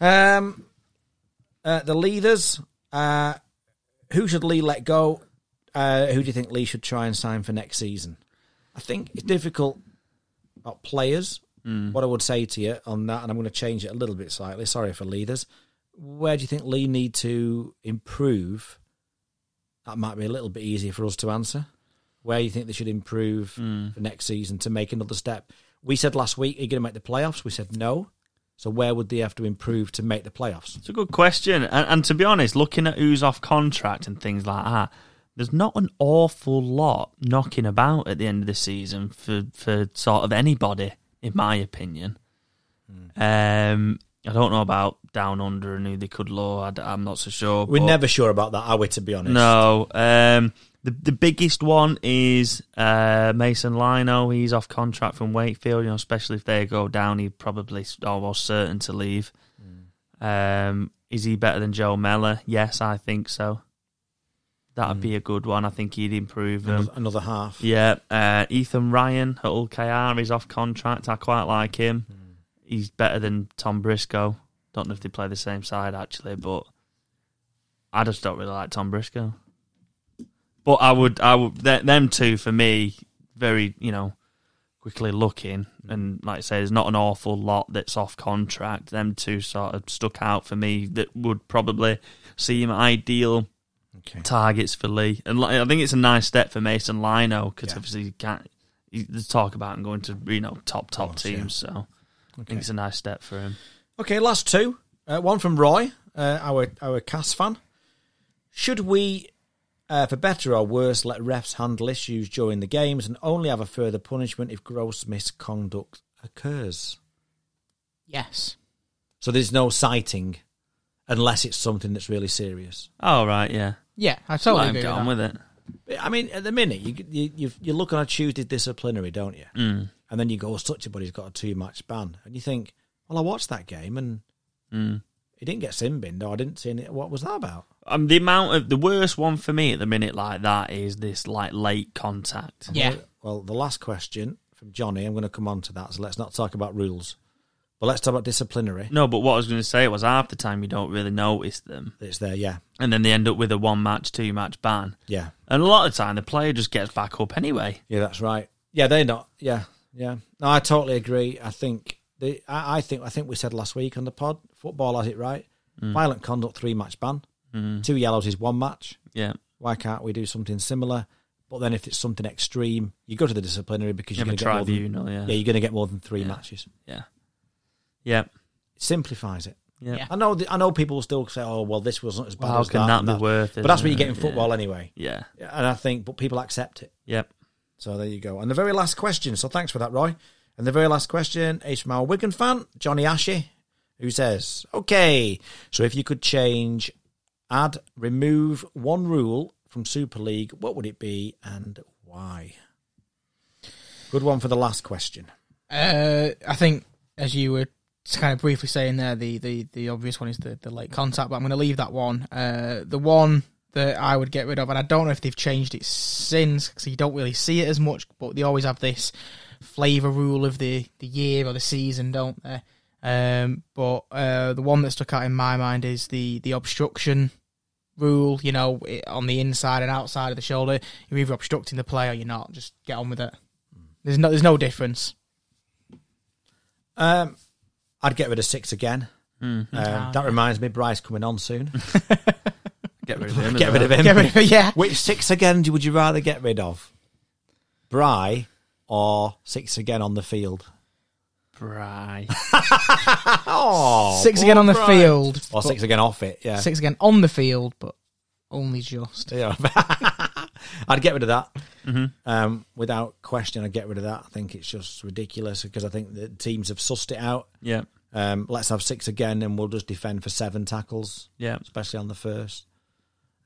S2: that. Um, uh, the leaders. Uh, who should Lee let go? Uh, who do you think Lee should try and sign for next season? I think it's difficult about players. What I would say to you on that, and I'm going to change it a little bit slightly. Sorry for leaders. Where do you think Lee need to improve? That might be a little bit easier for us to answer where you think they should improve
S1: Mm.
S2: for next season to make another step. We said last week, are you going to make the playoffs? We said no. So where would they have to improve to make the playoffs?
S1: It's a good question. And, and to be honest, looking at who's off contract and things like that, there's not an awful lot knocking about at the end of the season for, for sort of anybody, in my opinion. Um, I don't know about down under and who they could lower. I, am not so sure.
S2: We're
S1: but-
S2: never sure about that, are we, to be honest?
S1: No. Um, the the biggest one is uh, Mason Lino. He's off contract from Wakefield. You know, especially if they go down, he's probably s- almost certain to leave. Um, is he better than Joe Mellor? Yes, I think so. That'd be a good one. I think he'd improve them.
S2: Another, another half.
S1: Yeah, uh, Ethan Ryan at UKR is off contract. I quite like him. He's better than Tom Briscoe. Don't know if they play the same side actually, but I just don't really like Tom Briscoe. But I would, I would th- them two for me very, you know, quickly looking and like I say, there's not an awful lot that's off contract. Them two sort of stuck out for me that would probably seem ideal
S2: Okay.
S1: targets for Lee, and like, I think it's a nice step for Mason Lino because
S2: Yeah.
S1: obviously you can't. you- There's talk about him going to you know top top
S2: course, yeah.
S1: teams, so I think it's a nice step for him.
S2: Okay, last two. Uh, one from Roy, uh, our our Cass fan. Should we, uh, for better or worse, let refs handle issues during the games and only have a further punishment if gross misconduct occurs?
S3: Yes.
S2: So there's no citing unless it's something that's really serious.
S1: All right, yeah,
S3: Yeah, I totally
S1: let him
S3: agree
S1: get
S3: with
S1: on
S3: that.
S1: with it.
S2: I mean, at the minute, you you you, you look on a Tuesday disciplinary, don't you? Mm. And then you go, oh, such a body's got a two match ban, and you think, well, I watched that game and he didn't get sin binned, or I didn't see any. What was that about?
S1: Um, the amount of the worst one for me at the minute like that is this like late contact.
S3: Yeah.
S2: Well, the last question from Johnny, I'm going to come on to that. So let's not talk about rules, but let's talk about disciplinary.
S1: No, but what I was going to say was half the time you don't really notice them,
S2: It's there, yeah,
S1: and then they end up with a one match, two match ban,
S2: yeah,
S1: and a lot of the time the player just gets back up anyway.
S2: yeah. That's right. Yeah, they're not. Yeah, yeah. No, I totally agree. I think the I, I think I think we said last week on the pod, football has it right.
S1: Mm.
S2: Violent conduct, three match ban. Two yellows is one match.
S1: Yeah,
S2: why can't we do something similar? But then if it's something extreme, you go to the disciplinary because
S1: you
S2: you're
S1: have a
S2: going to get more than,
S1: tribunal.
S2: yeah,
S1: yeah,
S2: you're going to get more than three matches.
S1: yeah, yeah.
S2: It simplifies it.
S1: yeah.
S3: Yeah.
S2: I know th- I know people will still say, "Oh, well, this wasn't as bad
S1: Well, how
S2: as
S1: can
S2: that."
S1: that
S2: and
S1: be worth it,
S2: But that's what you
S1: isn't
S2: get in
S1: it? Yeah.
S2: football anyway.
S1: Yeah.
S2: And I think, but people accept it.
S1: Yep.
S2: So there you go. And the very last question. So thanks for that, Roy. And the very last question is from our Wigan fan, Johnny Ashy, who says, "Okay, so if you could change, add, remove one rule from Super League, what would it be and why?" Good one for the last question.
S3: Uh, I think as you were just kind of briefly saying there, the the, the obvious one is the, the late contact, but I'm going to leave that one. Uh, the one that I would get rid of, and I don't know if they've changed it since because you don't really see it as much, but they always have this flavour rule of the, the year or the season, don't they? Um, but uh, the one that stuck out in my mind is the the obstruction rule. You know, it, on the inside and outside of the shoulder, you're either obstructing the play or you're not. Just get on with it. There's no there's no difference.
S2: Um, I'd get rid of six again.
S1: Mm-hmm.
S2: Um, that reminds me, Bryce coming on soon.
S1: Get rid of him.
S2: get rid of him.
S3: Get rid of it, yeah.
S2: Which six again do- would you rather get rid of? Bry or six again on the field?
S1: Right.
S2: Oh,
S3: Six again on the field.
S2: Or six again off it, yeah.
S3: Six again on the field, but only just.
S2: Yeah. I'd get rid of that. Um, without question, I'd get rid of that. I think it's just ridiculous because I think the teams have sussed it out.
S1: Yeah.
S2: Um, let's have six again and we'll just defend for seven tackles.
S1: Yeah.
S2: especially on the first.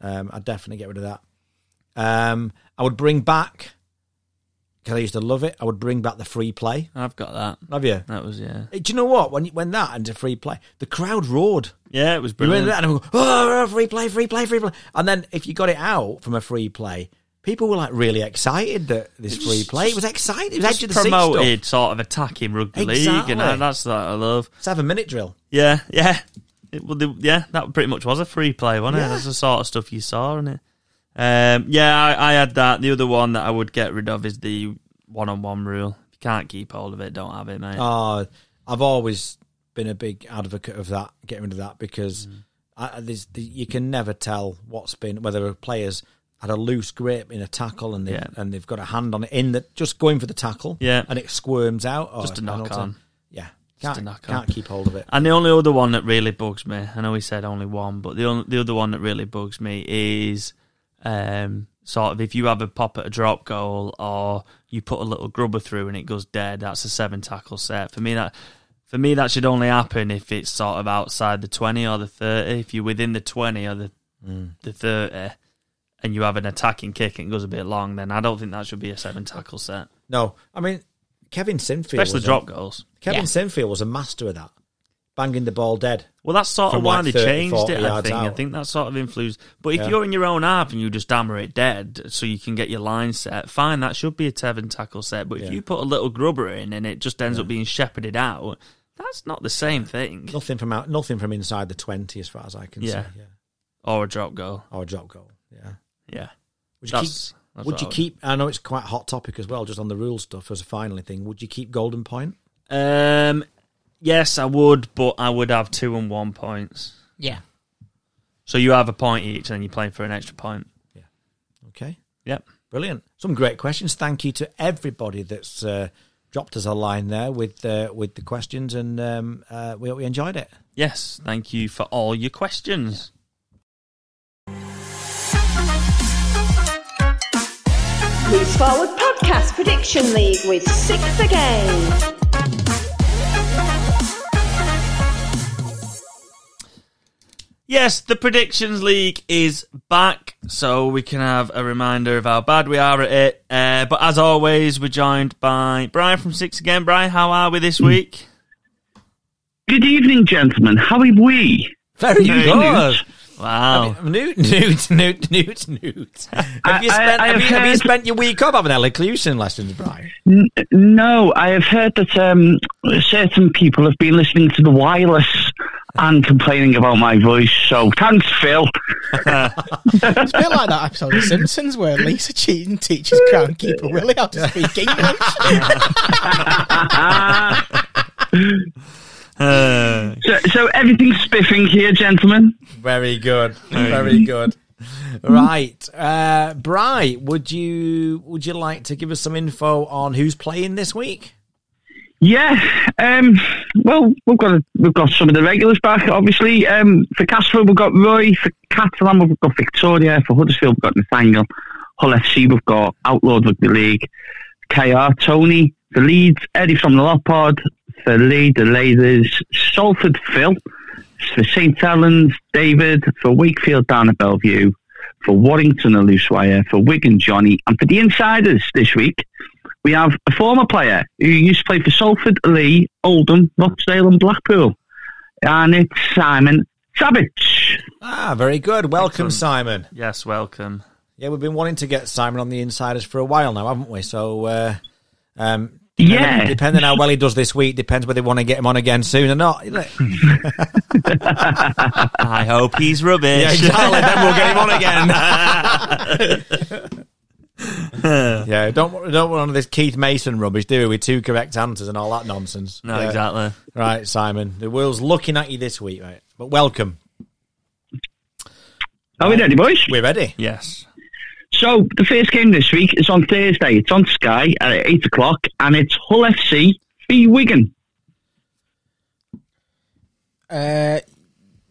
S2: Um, I'd definitely get rid of that. Um, I would bring back because I used to love it. I would bring back the free play.
S1: I've got that.
S2: Have you?
S1: That was yeah,
S2: Hey, Uh, Do you know what? When when that and the free play, the crowd roared.
S1: yeah. It was
S2: You went
S1: brilliant.
S2: there and everyone go, oh, free play, free play, free play. And then if you got it out from a free play, people were like really excited that this free play. It was exciting. It was edge of the seat stuff.
S1: promoted sort of attacking rugby league, and
S2: Exactly.
S1: I- that's that I love.
S2: Seven minute drill.
S1: Yeah, yeah. It, well, the, yeah, that pretty much was a free play, wasn't
S2: Yeah.
S1: it? That's the sort of stuff you saw, isn't it? Um, yeah, I, I had that. The other one that I would get rid of is the one-on-one rule. If you can't keep hold of it, don't have it, mate.
S2: Uh, I've always been a big advocate of that, getting rid of that because I, there's, the, you can never tell what's been whether a player's had a loose grip in a tackle and they've,
S1: Yeah.
S2: and they've got a hand on it in the just going for the tackle,
S1: Yeah.
S2: and it squirms out. Or
S1: Just a knock
S2: penalty.
S1: on.
S2: yeah. Can't,
S1: Just a knock on.
S2: can't keep hold of it.
S1: And the only other one that really bugs me, I know he said only one, but the on, the other one that really bugs me is um, sort of if you have a pop at a drop goal or you put a little grubber through and it goes dead, that's a seven tackle set. For me, that for me that should only happen if it's sort of outside the twenty or the thirty. If you're within the twenty or the the thirty. And you have an attacking kick and it goes a bit long, then I don't think that should be a seven tackle set,
S2: No, I mean Kevin Sinfield,
S1: especially
S2: was a-
S1: drop goals.
S2: Kevin
S3: Yeah.
S2: Sinfield was a master of that, banging the ball dead.
S1: Well, that's sort
S2: From
S1: of why
S2: like
S1: they
S2: 30,
S1: changed
S2: 40
S1: it. I
S2: yards
S1: think. I
S2: out.
S1: think that sort of influenced. But if
S2: Yeah.
S1: you're in your own half and you just hammer it dead, so you can get your line set, fine. That should be a Tevin tackle set. But if
S2: Yeah.
S1: you put a little grubber in and it just ends up being shepherded out, that's not the same thing.
S2: Nothing from out, nothing from inside the twenty, as far as I can
S1: Yeah.
S2: see. Yeah,
S1: Or a drop goal.
S2: or a drop goal. Yeah.
S1: Yeah.
S2: Would you, keep,
S1: That's- that's
S2: would
S1: what
S2: you
S1: I would-
S2: keep? I know it's quite a hot topic as well, just on the rule stuff as a final thing. Would you keep Golden Point?
S1: Um. Yes, I would, but I would have two and one points.
S3: Yeah.
S1: So you have a point each, and then you're playing for an extra point.
S2: Okay,
S1: Yep.
S2: brilliant. Some great questions. Thank you to everybody that's uh, dropped us a line there with uh, with the questions, and um, uh, we we enjoyed it.
S1: Yes. Thank you for all your questions.
S8: Leaps Forward Podcast Prediction League with Six Again.
S1: Yes, the Predictions League is back, so we can have a reminder of how bad we are at it. Uh, but as always, we're joined by Brian from Six again. Brian, how are we this week?
S9: Good evening, gentlemen. How are we?
S2: Very
S9: Very
S2: good.
S1: Wow.
S2: Newt, Newt, Newt, Newt, Newt. Have you
S9: I-
S2: spent,
S9: I
S2: have
S9: have
S2: you, have you
S9: heard-
S2: spent your week up having elocution lessons, Brian?
S9: N- no, I have heard that um, certain people have been listening to the wireless and complaining about my voice. So thanks, Phil.
S3: It's a bit like that episode of Simpsons where Lisa Cheaton teaches Crown Keeper Willie how to speak English.
S1: Uh,
S9: So, so everything's spiffing here, gentlemen.
S2: Very good. Very good. Right, uh, Bry, would you would you like to give us some info on who's playing this week?
S9: Yeah. Um, well, we've got we've got some of the regulars back, obviously. Um, for Castro, we've got Roy. For Catalan, we've got Victoria. For Huddersfield, we've got Nathaniel. Hull FC, we've got Outlawed Rugby League. KR, Tony. For Leeds, Eddie from the Loppard. For Lee, the Lathers. Salford, Phil. For St. Helens, David. For Wakefield, down at Bellevue. For Warrington, a loose wire. For Wigan, Johnny. And for the insiders this week, we have a former player who used to play for Salford, Lee, Oldham, Rochdale, and Blackpool. And it's Simon Savage.
S2: Ah, very good. Welcome,
S1: Excellent.
S2: Simon.
S1: yes, welcome.
S2: Yeah, we've been wanting to get Simon on the Insiders for a while now, haven't we? So, uh, um,
S9: Yeah.
S2: depending how well he does this week, depends whether they want to get him on again soon or not.
S1: Hmm.
S2: Yeah,
S1: I hope he's rubbish.
S2: exactly. then we'll get him on again.
S1: no,
S2: Yeah, don't we don't want this Keith Mason rubbish, do we? With two correct answers and all that nonsense. Yeah.
S1: exactly.
S2: Right, Simon, the world's looking at you this week, mate. But welcome,
S9: Are we ready, boys?
S2: we're ready.
S1: Yes.
S9: So, the first game this week is on Thursday. It's on Sky at 8 o'clock, and it's Hull FC v Wigan.
S3: uh,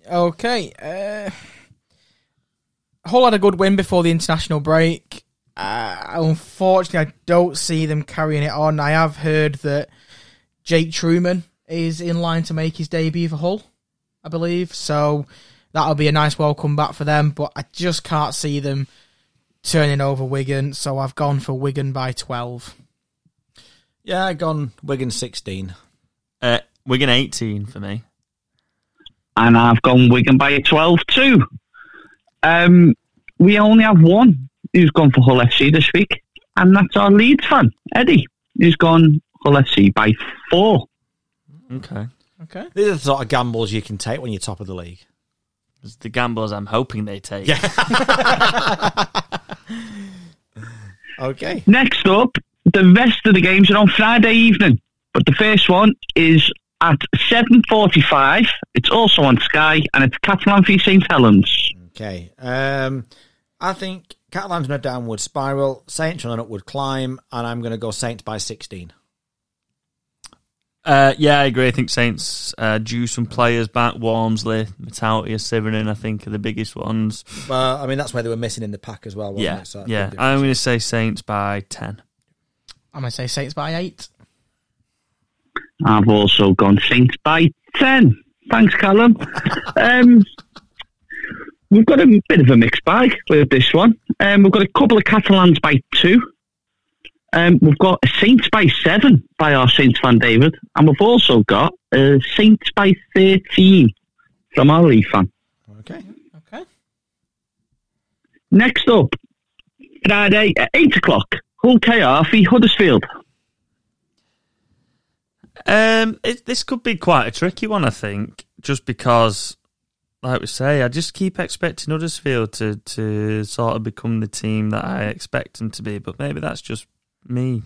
S3: okay. Uh, Hull had a good win before the international break. Uh, unfortunately, I don't see them carrying it on. I have heard that Jake Truman is in line to make his debut for Hull, I believe. So that'll be a nice welcome back for them. But I just can't see them turning over Wigan. So I've gone for Wigan by 12.
S2: Yeah, I gone Wigan 16.
S1: Uh, Wigan 18 for me.
S9: and I've gone Wigan by 12 too. Um, we only have one who's gone for Hull FC this week, and that's our Leeds fan, Eddie, who's gone Hull FC by four.
S1: Okay.
S3: Okay.
S2: These are the sort of gambles you can take when you're top of the league.
S1: It's the gambles I'm hoping they take.
S2: Okay.
S9: Next up, the rest of the games are on Friday evening, but the first one is at 7.45. It's also on Sky, and it's Catalan v St Helens.
S2: Okay. Um, I think Catalan's on a downward spiral, Saints on an upward climb, and I'm going to go Saints by 16.
S1: Uh, yeah, I agree. I think Saints uh, due some players back. Walmsley, Metality, Sivanin, I think, are the biggest ones.
S2: Well, I mean, that's where they were missing in the pack as well, wasn't
S1: yeah.
S2: it? So that
S1: yeah.
S2: did
S1: I'm
S2: difference.
S1: going to say Saints by 10.
S3: I'm gonna say Saints by eight.
S9: I've also gone Saints by 10. Thanks, Callum. um, we've got a bit of a mixed bag with this one. Um, we've got a couple of Catalans by two. Um, we've got a Saints by seven by our Saints fan David. And we've also got a Saints by 13 from our Lee fan.
S2: Okay.
S3: Okay.
S9: Next up, Friday at 8 o'clock, Hull KR v Huddersfield.
S1: Um, it, this could be quite a tricky one, I think, just because, like we say, I just keep expecting Huddersfield to, to sort of become the team that I expect them to be, but maybe that's just me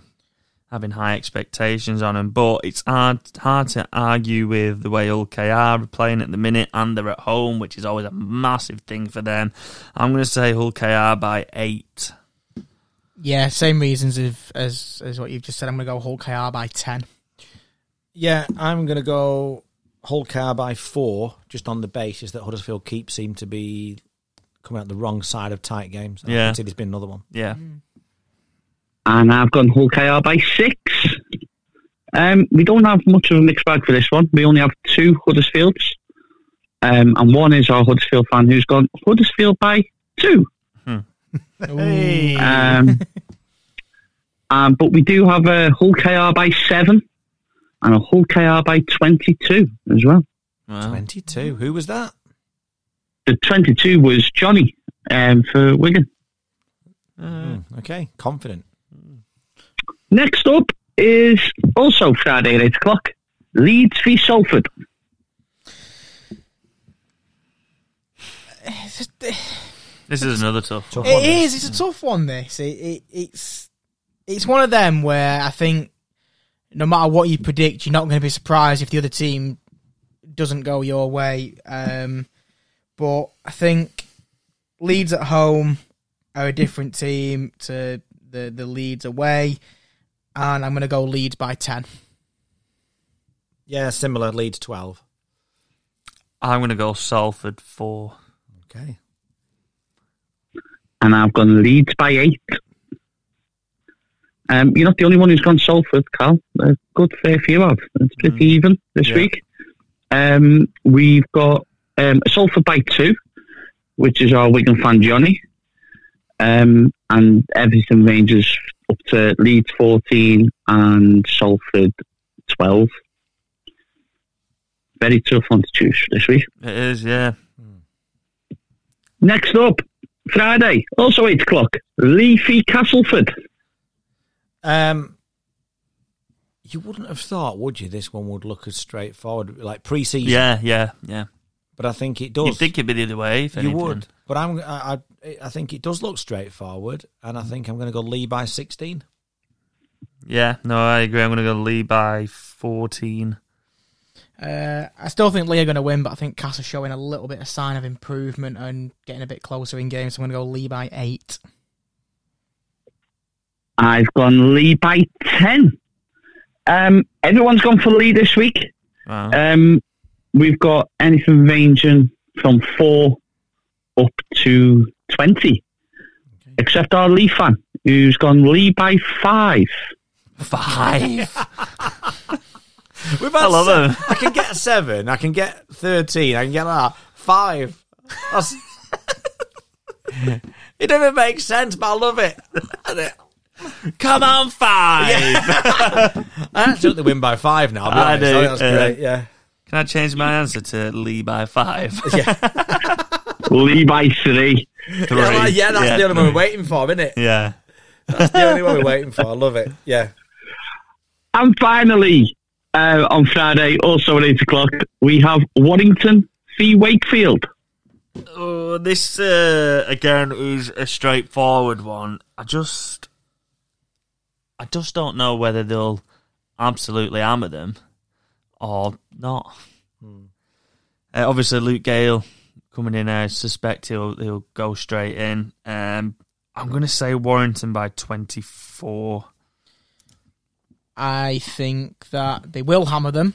S1: having high expectations on them. But it's hard hard to argue with the way Hull KR are playing at the minute, and they're at home, which is always a massive thing for them. I'm going to say Hull KR by eight.
S3: Yeah, same reasons if, as as what you've just said. I'm gonna go Hulk KR by ten.
S2: Yeah, I'm going to go whole car by four, just on the basis that Huddersfield keep seem to be coming out the wrong side of tight games. And I
S1: Yeah.
S2: can see there's been another one.
S1: Yeah.
S9: and I've gone Hull KR by six. Um, we don't have much of a mixed bag for this one. We only have two Huddersfields, um, and one is our Huddersfield fan who's gone Huddersfield by two.
S3: Hey.
S9: Um, um, but we do have a Hull KR by seven and a Hull KR by twenty-two as well.
S1: Well,
S2: 22. Who was that?
S9: The twenty-two was Johnny um, for Wigan.
S2: Hmm, okay. Confident.
S9: Next up is also Friday at eight o'clock. Leeds v Salford.
S1: this is another tough one.
S2: Tough one,
S3: It
S2: this.
S3: is. It's a tough one. This. It, it, it's it's one of them where I think no matter what you predict, you're not going to be surprised if the other team doesn't go your way. Um, but I think Leeds at home are a different team to the the Leeds away, and I'm going to go Leeds by ten.
S2: Yeah, similar. Leeds 12.
S1: I'm going to go Salford four.
S2: Okay.
S9: and I've gone Leeds by eight. Um, you're not the only one who's gone Salford, Cal. A good fair few have. It's pretty even this
S1: Yeah.
S9: week. Um, we've got um, Salford by two, which is our Wigan fan Johnny, um, and Everton Rangers up to Leeds 14 and Salford 12. Very tough one to choose for this week.
S1: It is, yeah.
S9: Next up, Friday, also 8 o'clock, Leafy Castleford.
S2: Um, you wouldn't have thought, would you, this one would look as straightforward, like pre season.
S1: Yeah, yeah, yeah.
S2: But I think it does.
S1: You'd think it'd be the other way. If
S2: You
S1: anything.
S2: would. But I'm, I, I, I think it does look straightforward. And I think I'm going to go Lee by 16.
S1: Yeah, no, I agree. I'm going to go Lee by 14.
S3: Uh, I still think Lee are going to win, but I think Cass are showing a little bit of sign of improvement and getting a bit closer in games. So I'm going to go Lee by eight.
S9: I've gone Lee by 10. Um, everyone's gone for Lee this week.
S1: Wow.
S2: Uh,
S9: Um, we've got anything ranging from 4 up to 20, except our Lee fan, who's gone Lee by 5.
S1: Five.
S2: We've
S1: I love
S2: seven.
S1: him.
S2: I can get seven. I can get thirteen. I can get that five. That's- it doesn't make sense, but I love it.
S1: Come on, five.
S2: I actually they win by five now. I'll be
S1: I
S2: honest.
S1: do,
S2: I think that's
S1: yeah.
S2: great. Yeah.
S1: Can I change my answer to Lee by five?
S9: Lee by three.
S1: Three.
S2: Yeah, like, yeah, that's the only one we're waiting for, isn't it?
S1: Yeah.
S2: The only one we're waiting for. I love it. Yeah.
S9: And finally, uh, on Friday, also at eight o'clock, we have Warrington v Wakefield.
S1: Oh, this uh, again is a straightforward one. I just, I just don't know whether they'll absolutely hammer them or not.
S2: Hmm.
S1: Uh, obviously, Luke Gale coming in. I suspect he'll he'll go straight in. Um, I'm going to say Warrington by 24.
S3: I think that they will hammer them.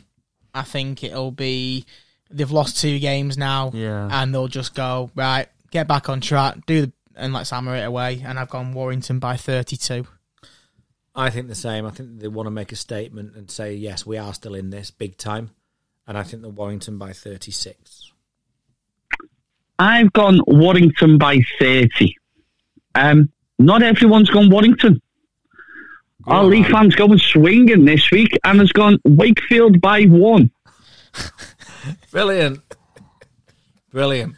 S3: I think it'll be they've lost two games now,
S1: Yeah.
S3: and they'll just go right, get back on track, do the and let's hammer it away. And I've gone Warrington by thirty-two.
S2: I think the same. I think they want to make a statement and say, yes, we are still in this big time. And I think the Warrington by 36.
S9: I've gone Warrington by 30. Um, not everyone's gone Warrington. Our League fans going swinging this week and has gone Wakefield by one.
S2: Brilliant. Brilliant.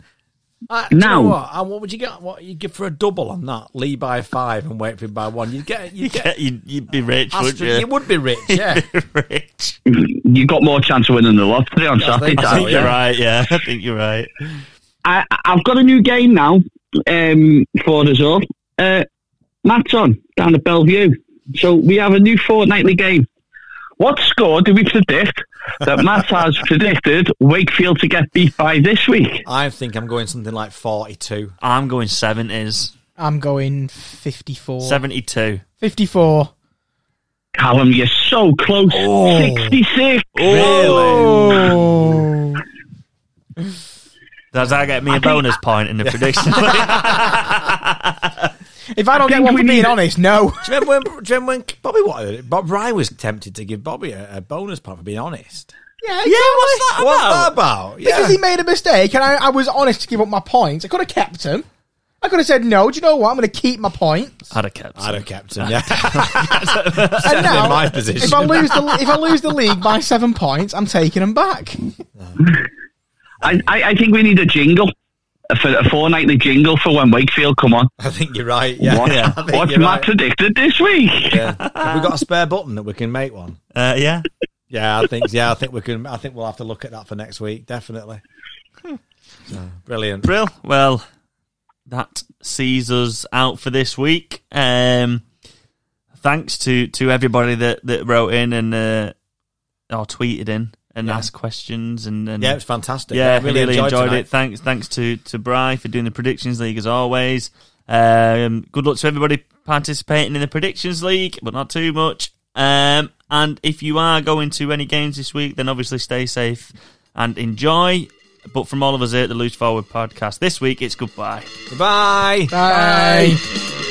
S2: Uh,
S9: Now-
S2: now, what? Uh, what would you get? What you give for a double on that? Lee by five and Wakefield by one. You'd get, you'd get,
S1: you'd, you'd be rich,
S2: Astrid,
S1: wouldn't you?
S2: you would be rich, yeah.
S1: rich.
S9: You've got more chance of winning the lottery on
S2: I
S9: Saturday.
S2: think-
S1: I
S2: Oh,
S9: Dan.
S1: think you're
S2: yeah.
S1: right. Yeah, I think you're right.
S9: I, I've got a new game now um, for us all. Uh, Matt's on down at Bellevue. So we have a new fortnightly game. What score do we predict that Matt has predicted Wakefield to get beat by this week?
S2: I think I'm going something like 42.
S1: I'm going 70s,
S3: I'm going 54.
S1: 72.
S3: 54.
S9: Callum, you're so close. 66.
S3: Oh.
S1: Does that get me a bonus point in the prediction?
S3: If I don't get one for being honest, no.
S2: Do you remember when, do you remember when Bobby wanted it? Bob Rye was tempted to give Bobby a, a bonus point for being honest.
S3: Yeah, yeah, what's
S2: What's that about?
S3: Because
S2: Yeah.
S3: he made a mistake and I, I was honest to give up my points. I could have kept him. I could have said, no, do you know what? I'm going to keep my points.
S1: I'd have kept.
S2: I'd have kept him, yeah. in
S3: And now,
S2: my position.
S3: if I lose the if I lose the league by seven points, I'm taking them back.
S9: I, I, I think we need a jingle. A, for, a fortnightly jingle for when Wakefield come on.
S2: I think you're right, yeah.
S9: What,
S1: yeah, I
S2: think
S9: what's
S2: you're
S9: Matt
S2: right.
S9: predicted this week?
S2: yeah. Have we got a spare button that we can make one?
S1: Uh, yeah,
S2: Yeah, I think yeah, I think we can I think we'll have to look at that for next week, definitely. So, brilliant.
S1: Brill. Well, that sees us out for this week. Um, thanks to to everybody that that wrote in and uh, or tweeted in and asked questions and, and
S2: Yeah, it was fantastic.
S1: Yeah,
S2: I
S1: really, enjoyed,
S2: tonight.
S1: it. Thanks, thanks to to Bry for doing the predictions league as always. Um, good luck to everybody participating in the predictions league, but not too much. Um, and if you are going to any games this week, then obviously stay safe and enjoy. But from all of us here at the Loose Forward Podcast this week, it's goodbye.
S2: Bye.
S3: Bye.